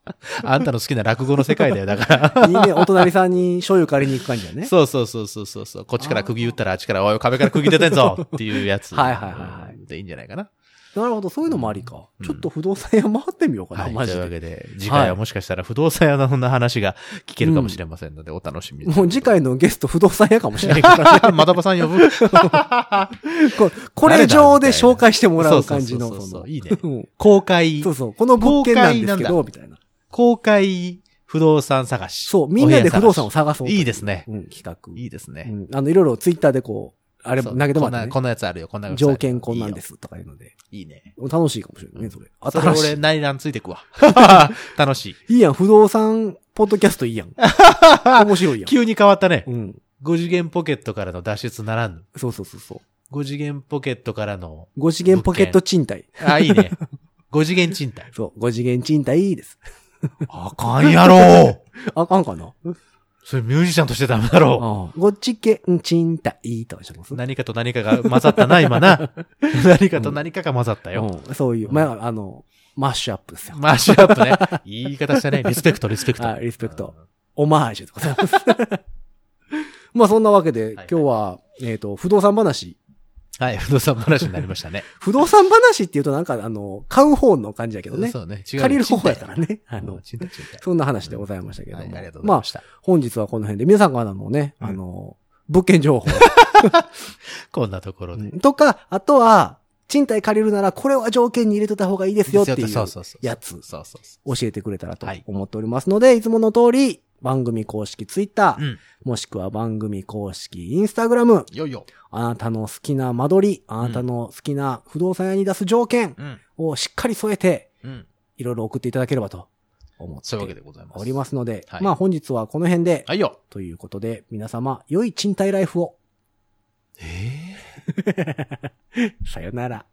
あんたの好きな落語の世界だよ、だから。いいね、お隣さんに醤油借りに行く感じやね。そうそうそうそうそうそう。こっちから釘打ったらあっちから、おい、壁から釘出てんぞっていうやつ。はいはいはいはいでいいんじゃないかな。なるほど、そういうのもありか。うんちょっと不動産屋回ってみようかな、はい、マジというわで。けで、次回はもしかしたら不動産屋の話が聞けるかもしれませんので、お楽しみに。もう次回のゲスト不動産屋かも しれないまたばさん呼ぶ。ここれ上で紹介してもらう感じの。そうそうそうそうのいいねうん公開そ、うそう。この物件なんですけど、みたいな。公開不動産探し。そう、みんなで不動産を探そうとう。いいですねうん、企画。いいですね。うんあの、いろいろツイッターでこう、あれ、そ投うげてもこんらっな、てこね。んなやつあるよ、こんなやつあるよ条件こんなんで。すとかいうので。いいね。楽しいかもしれないね、それ。それ新し俺、内覧つい てくわ。楽しい。い。いいやん、不動産、ポッドキャストい いやん。面白いやん。急に変わったねう。ん。 5次元ポケットからの脱出ならぬ。そうそうそうそう。 5次元ポケットからの、五次元ポケット賃貸。あ、いい ね。5次元賃貸。そう、五次元賃貸です。あかんやろあかんかなそれミュージシャンとしてダメだろご次元賃貸とかしますう。何かと何かが混ざったな、今な。何かと何かが混ざったよ。うんそういう、まあ、あの、マッシュアップですよ。マッシュアップね。言い方し たね。リスペクト、リスペクト。はいリスペクトオマージュでございます。 まあそんなわけで、はい今日は、えっ、と、不動産話。うん。はい、不動産話になりましたね。不動産話っていうとなんか、あの、買う方の感じだけどね。そうね。違う。借りる方やからね。ね。ああの、の、賃貸、賃貸。そんな話でございましたけども。はい、ありがとうございままあし、た。本日はこの辺で、皆さんからもね、うんあの、物件情報こんなところで。とか、あとは、賃貸借りるならこれは条件に入れといた方がいいですよっていうそうそうそう。やつそうそうそ教えてくれたらとはい思っておりますので、い、つもの通り、番組公式ツイッタう。ー、うん。もしくは番組公式インスタグラム、よいよ。あなたの好きな間取り、あなたの好きな不動産屋に出す条件うん。をしっかり添えて、うん。いろいろ送っていただければと思っそういうわけてでございます。おりますので、はいまあ本日はこの辺で、はいよ。ということで、皆様、良い賃貸ライフを。ええ さよなら。